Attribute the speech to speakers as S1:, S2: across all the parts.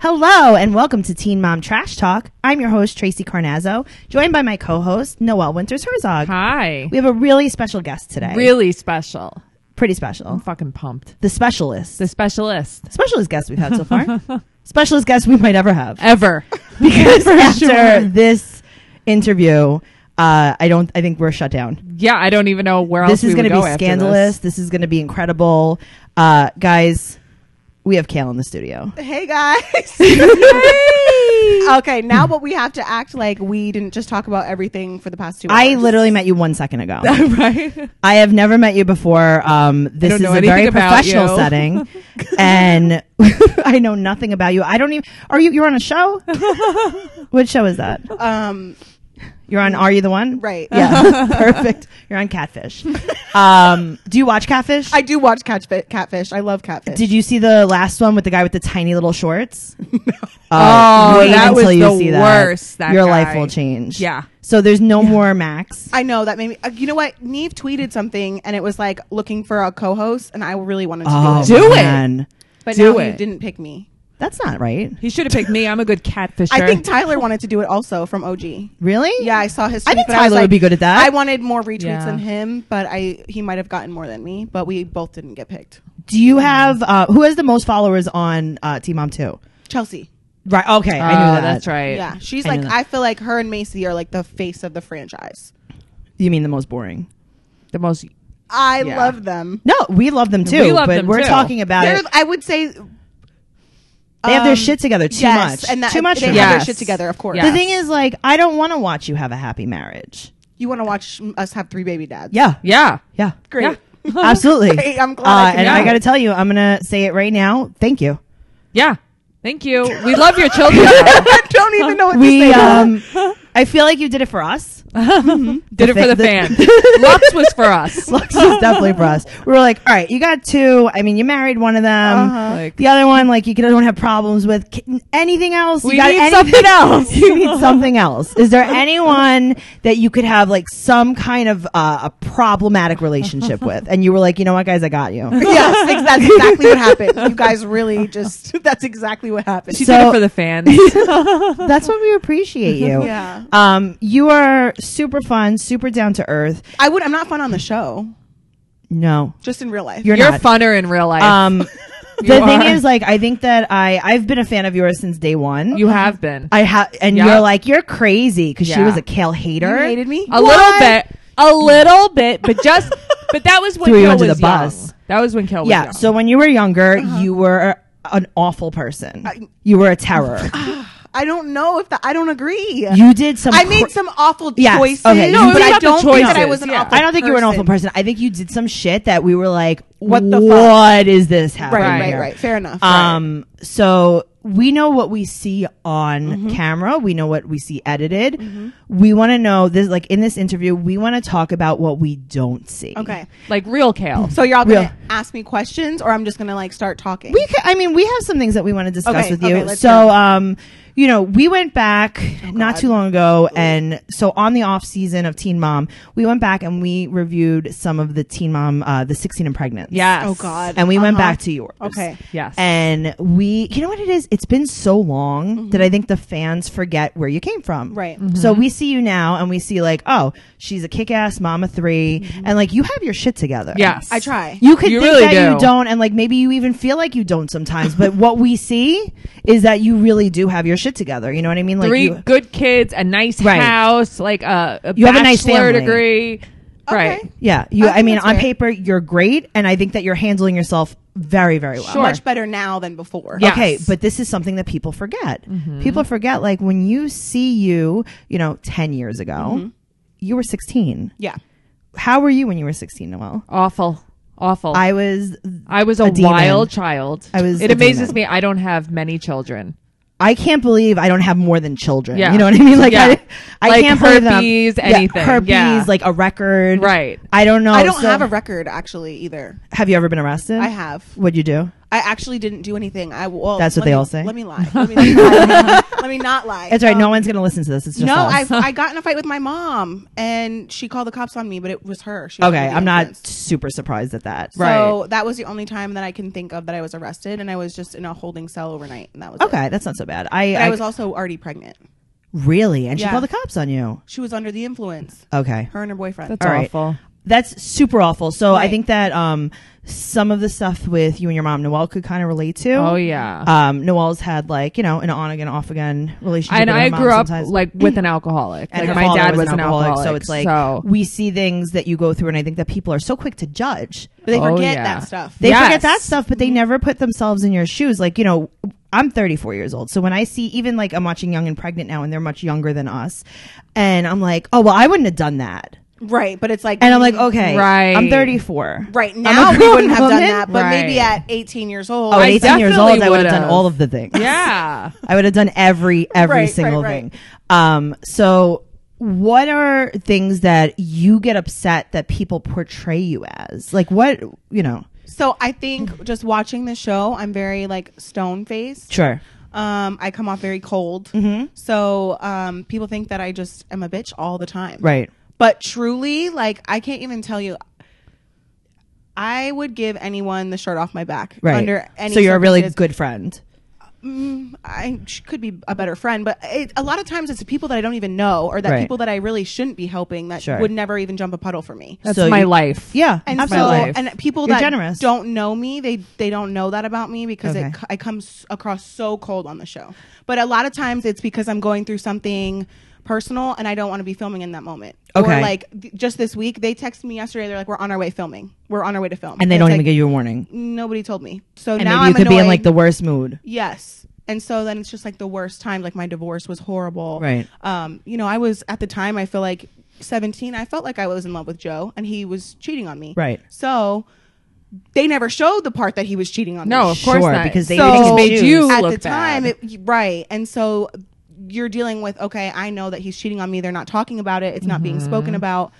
S1: Hello and welcome to Teen Mom Trash Talk. I'm your host Tracy Carnazzo, joined by my co-host Noelle Winters Herzog.
S2: Hi.
S1: We have a really special guest today.
S2: Really special.
S1: pretty
S2: I'm
S1: special.
S2: fucking pumped.
S1: The specialist,
S2: The specialist
S1: specialist guest we've had so far, specialist guest we might ever have.
S2: ever.
S1: Because after
S2: sure.
S1: this interview, uh, I don't. I think we're shut down.
S2: Yeah, I don't even know where else
S1: This is
S2: going to
S1: be scandalous. This. is going to be incredible, uh, guys. We have Kale in the studio.
S3: Hey guys. okay, now but we have to act like we didn't just talk about everything for the past two.
S1: I
S3: hours.
S1: literally met you one second ago.
S2: right?
S1: I have never met you before. Um, this
S2: don't
S1: is
S2: know
S1: a
S2: anything
S1: very
S2: about
S1: professional
S2: you.
S1: setting, and I know nothing about you. I don't even. Are you? You're on a show? what show is that?
S3: um
S1: You're on Are You the One?
S3: Right.
S1: Yeah. Perfect. You're on Catfish. Um, do you watch Catfish?
S3: I do watch catfish. Catfish. I love catfish.
S1: Did you see the last one with the guy with the tiny little shorts? Uh, no.
S2: Oh, that was the worst, that
S1: Your
S2: guy.
S1: life will change.
S2: Yeah.
S1: So there's no more Max.
S3: I know that made me. Uh, you know what? Neve tweeted something and it was like looking for a co-host, and I really wanted to
S1: Oh.
S3: do it.
S2: Do it.
S1: man.
S3: But
S2: do
S3: now you
S2: it.
S3: didn't pick me.
S1: That's not right.
S2: He should have picked me. I'm a good catfisher.
S3: I think Tyler wanted to do it also from OG.
S1: Really?
S3: Yeah, I saw his.
S1: I
S3: tweet,
S1: think
S3: but
S1: Tyler
S3: was
S1: would
S3: like-
S1: be good at that.
S3: I wanted more retweets
S2: Yeah.
S3: than him, but I he might have gotten more than me. But we both didn't get picked.
S1: Do you have uh, who has the most followers on uh, T Mom Two? Uh,
S3: Chelsea.
S1: Right. Okay, I
S2: Oh,
S1: knew that.
S2: That's right.
S3: Yeah, she's
S1: I
S3: like
S1: know that.
S3: I feel like her and Macy are like the face of the franchise.
S1: You mean the most boring?
S2: The most.
S3: I
S2: Yeah.
S3: love them.
S1: No, we love them too.
S2: We love
S1: but
S2: them
S1: we're
S2: too.
S1: talking about
S3: They're,
S1: it.
S3: I would say
S1: They have their
S3: um,
S1: shit together too
S3: yes,
S1: much.
S3: and that,
S1: too much. for
S3: They have
S1: me.
S3: their
S2: Yes.
S3: shit together, of course.
S2: Yeah.
S1: The thing is, like, I don't want to watch you have a happy marriage.
S3: You want to watch us have three baby dads?
S1: Yeah,
S2: Yeah.
S1: yeah,
S3: great.
S1: absolutely.
S3: Great, I'm glad I
S1: Uh,
S3: can
S1: and
S2: do
S1: I
S2: that.
S1: got to tell you, I'm gonna say it right now. Thank you.
S2: Yeah. Thank you. We love your children.
S3: I don't even know what to
S1: We,
S3: say.
S1: um, I feel like you did it for us.
S2: Did it for
S1: fa-
S2: the,
S1: the-
S2: fan. Lux was for us.
S1: Lux is definitely for us. We were like, all right, you got two. I mean, you married one of them.
S3: Uh-huh.
S2: Like-
S1: the other one, like, you don't have problems with K- anything else.
S2: We
S1: you got
S2: need
S1: anything-
S2: something else.
S1: you need something else. Is there anyone that you could have like some kind of uh, a problematic relationship with? And you were like, you know what, guys, I got you.
S3: yes, ex- that's exactly what happened. You guys really just that's exactly what happened.
S2: She did
S1: so-
S2: it for the fans.
S1: That's what we appreciate you.
S3: Yeah.
S1: Um, you are super fun, super down to earth.
S3: I would I'm not fun on the show,
S1: No,
S3: just in real life.
S1: you're,
S2: You're
S1: not.
S2: funner in real life.
S1: Um,
S2: You
S1: the thing
S2: are.
S1: is, like, I think that I I've been a fan of yours since day one.
S2: you have been
S1: I have, and
S2: Yeah.
S1: you're like, you're crazy because she
S2: Yeah.
S1: was a kale hater.
S3: You hated me?
S2: a little bit, a little bit, but just. But that was when
S1: Threw you
S2: Kel
S1: under
S2: was
S1: the bus.
S2: young. That was when Kel was
S1: Yeah.
S2: young.
S1: So when you were younger, you were an awful person.
S3: Uh-huh. I-
S1: you were a terror.
S3: I don't know if that I don't agree.
S1: you did some.
S3: I made
S1: cr-
S3: some awful
S1: Yes,
S3: choices,
S1: okay, you- No, it was
S3: but I
S2: about the
S3: don't think that I
S2: choices,
S3: was an
S2: yeah.
S3: awful
S1: I don't think you were an awful
S3: person.
S1: person. I think you did some shit that we were like,
S3: What the fuck?
S1: What is this happening?
S3: Right, right,
S1: here?
S3: right. Fair enough.
S1: Um, so we know what we see on
S3: Mm-hmm.
S1: camera. We know what we see edited. We want to know this, like in this interview, we want to talk about what we don't see.
S3: okay.
S2: like real Kale.
S3: So y'all
S1: Real.
S3: gonna ask me questions, or I'm just gonna like start talking?
S1: We, ca- I mean, we have some things that we want to discuss
S3: Okay,
S1: with you.
S3: okay, let's
S1: so,
S3: hear it. Oh,
S1: um, you know, we went back not
S3: God.
S1: too long ago, and so on the off season of Teen Mom, we went back and we reviewed some of the Teen Mom, uh, the sixteen and pregnant.
S2: Yes.
S3: oh God.
S1: and we went
S3: Uh-huh.
S1: back to yours.
S3: Okay.
S2: Yes.
S1: And we, you know what it is? It's been so long that I think the fans forget where you came from.
S3: Mm-hmm. Right.
S2: Mm-hmm.
S1: So we see you now and we see, like, oh, she's a kick ass mama 3
S3: Mm-hmm.
S1: And, like, you have your shit together.
S2: yes.
S3: I try.
S1: You could
S2: You
S1: think
S2: really
S1: that you
S2: do.
S1: don't. And, like, maybe you even feel like you don't sometimes. but what we see is that you really do have your shit together. You know what I mean? Like,
S2: Three
S1: you,
S2: good kids, a nice
S1: Right.
S2: house, like a, a
S1: You have a nice
S2: bachelor
S1: family.
S2: degree. Right.
S1: yeah. You,
S3: I
S1: I,
S3: think
S1: mean,
S3: that's
S1: on
S3: fair.
S1: paper, you're great. And I think that you're handling yourself very, very well.
S2: Sure.
S3: Much better now than before.
S2: Yeah.
S1: Okay,
S2: Yes.
S1: but this is something that people forget.
S3: Mm-hmm.
S1: People forget, like, when you see you, you know, 10 years ago,
S3: Mm-hmm.
S1: you were 16.
S3: Yeah.
S1: How were you when you were 16, Noel?
S2: Awful. Awful. I,
S1: I was,
S2: was a,
S1: a demon.
S2: wild child.
S1: I was
S2: it
S1: a
S2: amazes
S1: demon.
S2: me I don't have many children.
S1: I can't believe I don't have more than children.
S2: Yeah.
S1: You know what I mean? Like,
S2: Yeah.
S1: I, I
S2: Like
S1: can't believe that I'm-
S2: herpes,
S1: Yeah,
S2: anything.
S1: herpes,
S2: Yeah.
S1: like a record.
S2: Right.
S1: I don't know.
S3: I don't
S1: So-
S3: have a record actually either.
S1: Have you ever been arrested?
S3: I have.
S1: What'd you do?
S3: I actually didn't do anything. I well,
S1: That's what
S3: let
S1: they
S3: me-
S1: all say.
S3: Let me lie. Let me, lie. let me not lie.
S1: It's all right.
S3: Um,
S1: no one's gonna listen to this. It's just
S3: No,
S1: us.
S3: I I got in a fight with my mom, and she called the cops on me, but it was her. She was
S1: okay.
S3: under the
S1: I'm not
S3: influence.
S1: super surprised at that.
S3: So that was the only time that I can think of that I was arrested, and I was just in a holding cell overnight, and that was it.
S1: Okay, that's not so bad. I,
S3: And
S1: I,
S3: I was also already pregnant.
S1: really, and she
S3: Yeah.
S1: called the cops on you.
S3: She was under the influence.
S1: Okay,
S3: Her and her boyfriend.
S2: That's
S1: All right.
S2: awful.
S1: that's super awful. So I
S3: Right.
S1: think that um, some of the stuff with you and your mom, Noelle, could kind of relate to.
S2: Oh yeah.
S1: Um, Noelle's had like you know an on again, off again relationship.
S2: and
S1: with her
S2: I
S1: mom
S2: grew up
S1: sometimes.
S2: like with an alcoholic.
S1: And her
S2: like my
S1: father
S2: dad was an alcoholic,
S1: so it's like we see things that you go through, and I think that people are so quick to judge.
S3: But they
S2: Oh,
S3: forget
S2: yeah.
S3: that stuff.
S1: They forget
S2: Yes.
S1: that stuff, but they never put themselves in your shoes. Like, you know, I'm 34 years old. So when I see, even like, I'm watching Young and Pregnant now, and they're much younger than us. And I'm like, oh, well, I wouldn't have done that.
S3: right, but it's like
S1: And I'm like, okay,
S2: Right.
S1: I'm 34.
S3: Right
S1: I'm a
S3: now, we
S1: grown
S3: wouldn't have done
S1: woman.
S3: that, but maybe
S2: Right.
S3: at 18 years old,
S1: Oh, at
S2: I
S1: 18 years old,
S2: definitely
S1: I would have done
S2: would've.
S1: all of the things.
S2: yeah.
S1: I would have done every every
S3: Right, right,
S1: single
S3: right.
S1: thing. Um, so what are things that you get upset that people portray you as? Like what you know?
S3: so I think just watching the show, I'm very like stone faced.
S1: Sure.
S3: Um, I come off very cold.
S1: Mm-hmm.
S3: So um, people think that I just am a bitch all the time.
S1: Right.
S3: But truly, like I can't even tell you. I would give anyone the shirt off my back
S1: Right.
S3: under any.
S1: so you're a really
S3: circumstances.
S1: good friend.
S3: I sh- could be a better friend, but it, a lot of times it's people that I don't even know, or that
S1: Right.
S3: people that I really shouldn't be helping that
S1: Sure.
S3: would never even jump a puddle for me.
S2: That's
S1: So
S2: my
S1: you-
S2: life.
S1: Yeah.
S3: and
S1: absolutely.
S3: so
S2: life.
S3: and people
S1: You're
S3: that
S1: generous.
S3: don't know me they they don't know that about me because
S1: Okay.
S3: it, co- i come s- across so cold on the show but a lot of times it's because i'm going through something personal and i don't want to be filming in that moment
S1: Okay.
S3: or like th- just this week they texted me yesterday they're like we're on our way filming we're on our way to film
S1: and they
S3: It's
S1: don't
S3: like,
S1: even give you a warning.
S3: nobody told me so
S1: And
S3: now
S1: maybe you
S3: i'm
S1: could be in
S3: annoyed.
S1: like the worst mood.
S3: Yes. And so then it's just like the worst time. Like my divorce was horrible.
S1: Right.
S3: Um, you know, I was at the time I feel like seventeen, I felt like I was in love with Joe and he was cheating on me.
S1: Right.
S3: So they never showed the part that he was cheating on
S2: No,
S3: me.
S2: of course
S1: Sure,
S2: not.
S1: because they
S2: so
S1: didn't
S2: made
S1: choose.
S2: you
S3: at
S2: look
S3: the time
S2: bad.
S3: it, right. And so you're dealing with, okay, I know that he's cheating on me. They're not talking about it. It's not being
S2: Mm-hmm.
S3: spoken about.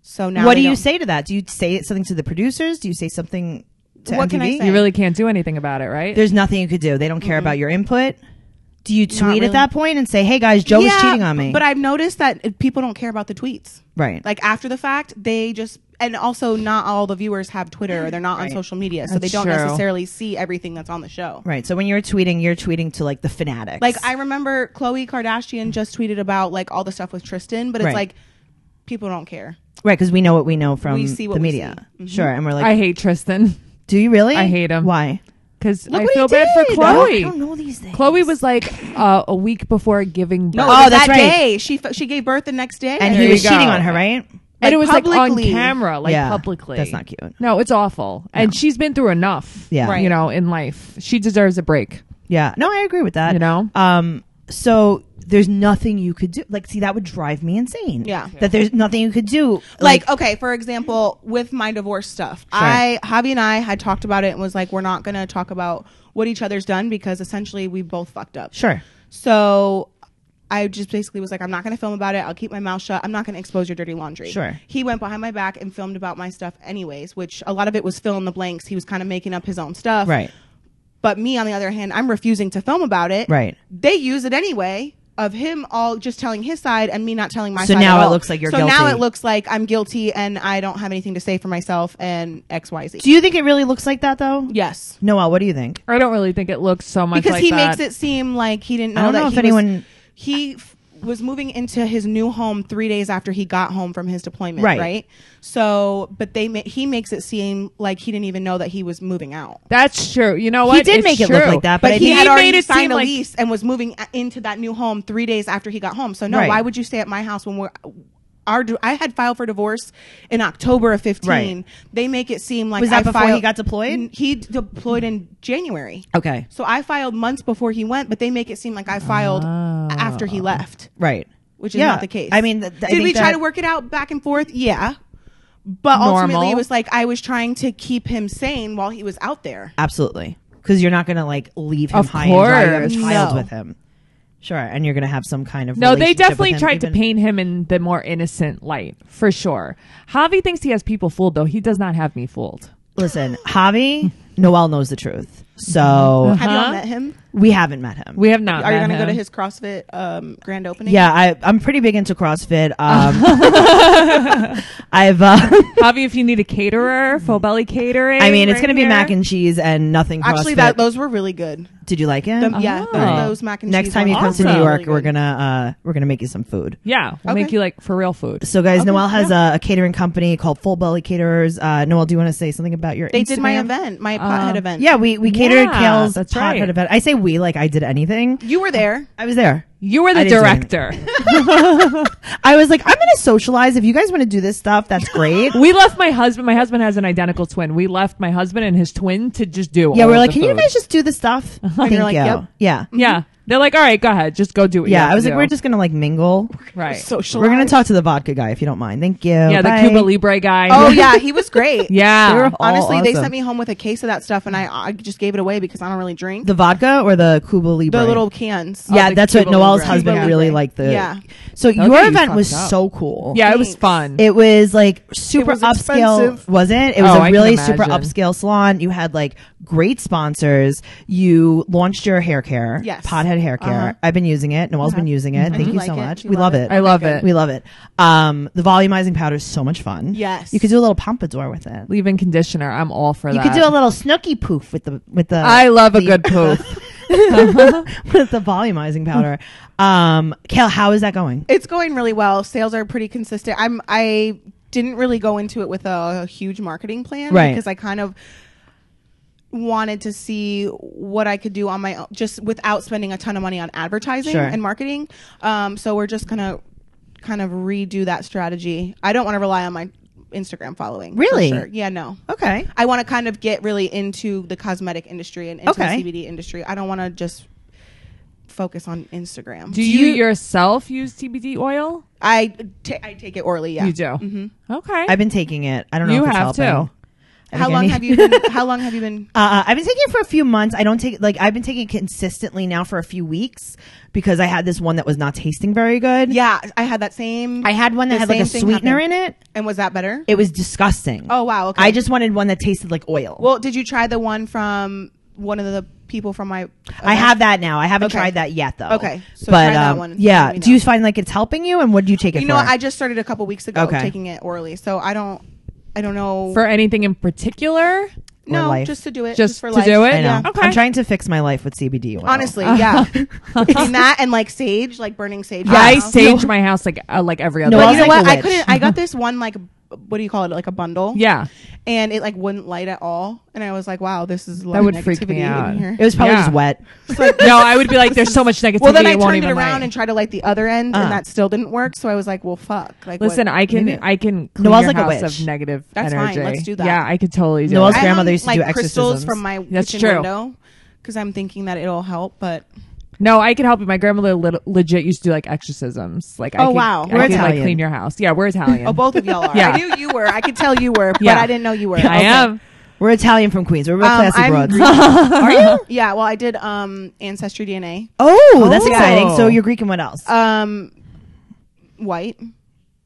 S3: So now
S1: what
S3: they
S1: do you
S3: don't-
S1: say to that? Do you say something to the producers? Do you say something to
S3: What can I
S1: MTV?
S3: say?
S2: you really can't do anything about it, right?
S1: There's nothing you could do. They don't care about your input. Do you tweet
S3: really.
S1: at that point and say, "Hey guys, Joe
S3: Yeah,
S1: was cheating on me"?
S3: But I've noticed that uh, people don't care about the tweets.
S1: right,
S3: like after the fact they just and also not all the viewers have twitter or they're not on social media so they
S2: That's
S3: don't
S2: true.
S3: necessarily see everything that's on the show
S1: right. So when you're tweeting, you're tweeting to like the fanatics.
S3: like i remember chloe kardashian just tweeted about like all the stuff with tristan but it's
S1: Right.
S3: like people don't care
S1: right because we know what we know from
S3: We see Mm-hmm. what
S1: the
S3: we
S1: media. Sure, and we're like,
S2: I hate Tristan
S1: "Do you really?
S2: I hate him.
S1: Why?
S2: because I
S1: what he
S2: feel bad for
S1: did. Oh, I don't-
S2: Chloe.
S1: I don't know these things.
S2: Chloe was like uh, a week before giving birth.
S3: no
S1: Oh,
S3: oh
S1: that's
S3: that
S1: right.
S3: day she f- she gave birth the next day
S1: and
S2: There
S1: he
S2: you
S1: was cheating
S2: go.
S1: on her, right?
S2: and
S3: like,
S2: it was
S3: publicly.
S2: like on camera, like
S1: Yeah.
S2: publicly.
S1: That's not cute.
S2: No, it's awful. And she's been through enough.
S1: Yeah. Right.
S2: you know, in life, she deserves a break.
S1: Yeah. No, I agree with that.
S2: You know?
S1: Um so there's nothing you could do. Like see that would drive me insane.
S3: Yeah.
S1: That there's nothing you could do.
S3: like okay for example with my divorce stuff i javi and i had talked about it and was like we're not gonna talk about what each other's done because essentially we both fucked up
S1: Sure.
S3: So I just basically was like, I'm not going to film about it. I'll keep my mouth shut. I'm not going to expose your dirty laundry.
S1: Sure.
S3: He went behind my back and filmed about my stuff, anyways, which a lot of it was fill in the blanks. He was kind of making up his own stuff.
S1: Right.
S3: But me, on the other hand, I'm refusing to film about it.
S1: Right.
S3: They use it anyway of him all just telling his side and me not telling my
S1: So
S3: side.
S1: now
S3: at
S1: it
S3: all.
S1: looks like you're
S3: so now
S1: guilty.
S3: it looks like I'm guilty and I don't have anything to say for myself and X Y Z.
S1: Do you think it really looks like that though?
S3: yes.
S1: Noel, what do you think?
S2: I don't really think it looks so much
S3: because
S2: like
S3: he
S2: that.
S3: makes it seem like he didn't know
S1: I don't
S3: that
S1: know if
S3: he
S1: anyone-
S3: was, he f- was moving into his new home three days after he got home from his deployment
S1: Right.
S3: right, so but they ma- he makes it seem like he didn't even know that he was moving out
S2: That's true. You know what?
S1: did make it look like that, but
S3: but,
S1: I
S3: he
S1: think-
S3: had
S2: made
S3: already
S2: it
S3: signed
S2: seem
S3: a
S2: like-
S3: lease and was moving a- into that new home three days after he got home so no
S1: Right.
S3: why would you stay at my house when we're our, du- I had filed for divorce in October of 15.
S1: Right.
S3: They make it seem like
S1: Was that
S3: I
S1: before he
S3: filed-
S1: got deployed?
S3: N- He d- deployed in January.
S1: Okay.
S3: So I filed months before he went, but they make it seem like I filed after he left,
S1: Right.
S3: which is
S1: Ah. Yeah.
S3: not the case.
S1: I mean, th- th- I
S3: did
S1: think
S3: we try
S1: that-
S3: to work it out back and forth? Yeah. But ultimately,
S2: Normal.
S3: it was like I was trying to keep him sane while he was out there.
S1: Absolutely. Because you're not gonna like leave him
S2: Of
S1: high and dry. You have a
S2: course.
S1: child
S3: No.
S1: with him. Sure, and you're gonna have some kind of
S2: No, they
S1: relationship with
S2: definitely
S1: him,
S2: tried to
S1: even-
S2: paint him in the more innocent light, for sure. Javi thinks he has people fooled, though. He does not have me fooled.
S1: Listen, Javi, Noel knows the truth, so
S3: Have
S2: Huh?
S3: y'all met him?
S1: we haven't Uh-huh. met him.
S2: We have not.
S3: Are you
S2: met
S3: gonna go to
S2: him.
S3: his CrossFit um, grand opening?
S1: yeah, I, I'm pretty big into CrossFit. Um, I've, uh,
S2: Javi, if you need a caterer, full belly catering.
S1: I mean, it's
S2: right
S1: gonna be
S2: here.
S1: mac and cheese and nothing. CrossFit.
S3: Actually, that those were really good.
S1: Did you like it?
S3: The- Yeah,
S2: Oh.
S3: those, those mac and
S1: Next
S3: cheese
S1: time you come
S3: ones were
S1: to New
S2: Awesome.
S1: York,
S3: really
S1: we're
S3: good.
S1: gonna uh, we're gonna make you some food.
S2: Yeah, we'll make
S3: Okay.
S2: you like for real food.
S1: So, guys,
S3: Okay,
S1: Noel has a, a catering company called Full Belly Caterers. Uh, Noel, do you want to say something about your?
S3: They did my
S1: Instagram?
S3: event, my pothead
S2: Um,
S3: event.
S1: Yeah, we we catered
S2: Yeah,
S1: Kale's
S2: that's
S1: pothead
S2: right.
S1: event. I say we like I did anything.
S3: you were there.
S1: I was there.
S2: You were
S1: I
S2: the
S1: didn't do
S2: director.
S1: I was like, I'm gonna socialize. If you guys want to do this stuff, that's great.
S2: we left my husband. My husband has an identical twin. We left my husband and his twin to just do.
S1: yeah,
S2: all
S1: we're
S2: of
S1: like,
S2: the
S1: can you
S2: food."
S1: guys just do the stuff? Thank
S3: you're like,
S1: you.
S3: yep.
S1: Yeah, yeah.
S2: Yeah, they're like, all right, go ahead, just go do what you have
S1: I
S2: to
S1: was like,
S2: do."
S1: we're just gonna like mingle.
S2: right.
S3: Social.
S1: We're gonna talk to the vodka guy if you don't mind. Thank you.
S2: yeah,
S1: Bye.
S2: the Cuba Libre guy.
S3: Oh yeah, he was great.
S1: They were
S2: yeah.
S1: all
S3: Honestly, they
S1: awesome.
S3: sent me home with a case of that stuff, and I, I just gave it away because I don't really drink
S1: the vodka or the Cuba Libre.
S3: the little cans.
S1: yeah,
S2: the
S1: that's
S2: Cuba
S1: what Noel's
S2: Libre.
S1: husband
S3: Cuba
S1: really
S3: Libre.
S1: liked. The
S3: Yeah.
S1: So your
S2: you
S1: event
S2: fucked
S1: was
S2: up.
S1: so cool.
S2: Yeah, it was
S3: Thanks.
S2: fun.
S1: It was like super
S3: was
S1: upscale,
S3: expensive.
S1: was it? It was
S2: Oh, I
S1: a
S2: can
S1: really super
S2: imagine.
S1: upscale salon. You had like great sponsors. You launched your hair care,
S3: Yes.
S1: pothead hair care.
S3: Uh-huh.
S1: I've been using it. Noel's been using it. Thank
S3: do
S1: you
S3: like
S1: so
S3: it.
S1: much.
S3: You
S1: We love
S3: love
S1: it.
S2: I love it.
S1: We love it. Um, the volumizing powder is so much fun.
S3: Yes.
S1: you could do a little pompadour with it.
S2: Leave-in conditioner. I'm all for
S1: You
S2: that.
S1: could do a little snooky poof with the with the.
S2: I love a
S1: the-
S2: good poof.
S1: with the volumizing powder. Um, Kale, how is that going?
S3: It's going really well. Sales are pretty consistent. I'm I didn't really go into it with a huge marketing plan
S1: Right.
S3: because I kind of wanted to see what I could do on my own just without spending a ton of money on advertising
S1: Sure.
S3: and marketing. Um, so we're just gonna kind of redo that strategy. I don't want to rely on my Instagram following. for
S1: Really?
S3: sure. Yeah, no.
S1: Okay.
S3: I want to kind of get really into the cosmetic industry and into
S1: Okay.
S3: the CBD industry. I don't want to just focus on Instagram.
S2: Do you,
S1: you-
S2: yourself use CBD oil?
S3: I ta- I take it orally. Yeah.
S2: You do. Mm-hmm. Okay.
S1: I've been taking it. I don't know
S2: You
S1: if it's
S2: have
S1: helping.
S2: too.
S1: I
S3: How
S1: think I
S3: long
S1: need-
S3: have you been? How long have you been?
S1: Uh, I've been taking it for a few months. I don't take like I've been taking it consistently now for a few weeks because I had this one that was not tasting very good.
S3: Yeah, I had that same.
S1: I had one that
S3: the
S1: had like a
S3: same thing
S1: sweetener
S3: happened.
S1: in it.
S3: And was that better?
S1: It was disgusting.
S3: Oh, wow, okay.
S1: I just wanted one that tasted like oil.
S3: well, did you try the one from one of the people from my?
S1: I have that now. I haven't
S3: Okay.
S1: tried that yet though.
S3: Okay. So
S1: but
S3: try that
S1: um,
S3: one and
S1: yeah.
S3: let me
S1: Do you
S3: know.
S1: find like it's helping you, and what do you take it
S3: You know,
S1: for?
S3: what? I just started a couple weeks ago
S1: Okay.
S3: taking it orally, so I don't. I don't know.
S2: for anything in particular?
S3: no,
S1: life.
S3: just to do it.
S2: Just
S3: for
S2: to
S3: life.
S2: do it?
S1: I know.
S2: Yeah. Okay.
S1: I'm trying to fix my life with CBD. Oil.
S3: Honestly, yeah. Between that and like sage, like burning sage. in
S2: Yeah,
S3: my
S2: I
S3: house.
S2: sage my house like uh, like every other.
S1: No,
S3: But
S1: I was
S2: day.
S3: you know
S1: like
S3: what?
S1: a
S3: I
S1: witch.
S3: couldn't. I got this one like b- what do you call it? Like a bundle.
S2: yeah,
S3: And it like wouldn't light at all, and I was like, wow, this is a lot
S2: That
S3: of
S2: would freak me
S3: negativity in
S2: out.
S3: here.
S1: it was probably
S2: Yeah.
S1: just wet.
S2: no, I would be like, there's so much negativity.
S3: Well, then I
S2: won't
S3: turned it
S2: even
S3: around
S2: light.
S3: and tried to light the other end,
S1: Uh.
S3: and that still didn't work. So I was like, "Well, fuck." Like, what-
S2: listen. I can I can clean
S1: Noelle's
S2: your
S1: like a
S2: house
S1: witch.
S2: of negative
S3: That's fine.
S2: energy.
S3: Let's do that.
S2: Yeah, I could totally do.
S1: Noelle's
S2: that.
S3: I
S1: grandmother
S3: hung,
S1: used to
S3: like
S1: do
S3: crystals
S1: exorcisms.
S3: from my
S2: That's
S3: kitchen
S2: true.
S3: window because I'm thinking that it'll help. But
S2: No, I can help you. My grandmother lit- legit used to do like exorcisms. Like, I
S3: Oh,
S2: could,
S3: wow.
S2: I
S1: We're
S2: could, like
S1: Italian.
S2: clean your house. Yeah, we're Italian.
S3: oh, both of y'all are.
S2: Yeah.
S3: I knew you were. I could tell you were, but
S2: Yeah.
S3: I didn't know you were.
S2: I
S3: Okay.
S2: am.
S1: We're Italian from Queens. We're real
S3: Um,
S1: classy
S3: I'm
S1: broads.
S3: Greek.
S1: Are you?
S3: Yeah. Well, I did um ancestry DNA.
S1: Oh, that's
S2: Oh.
S1: exciting. So you're Greek and what else?
S3: Um, white,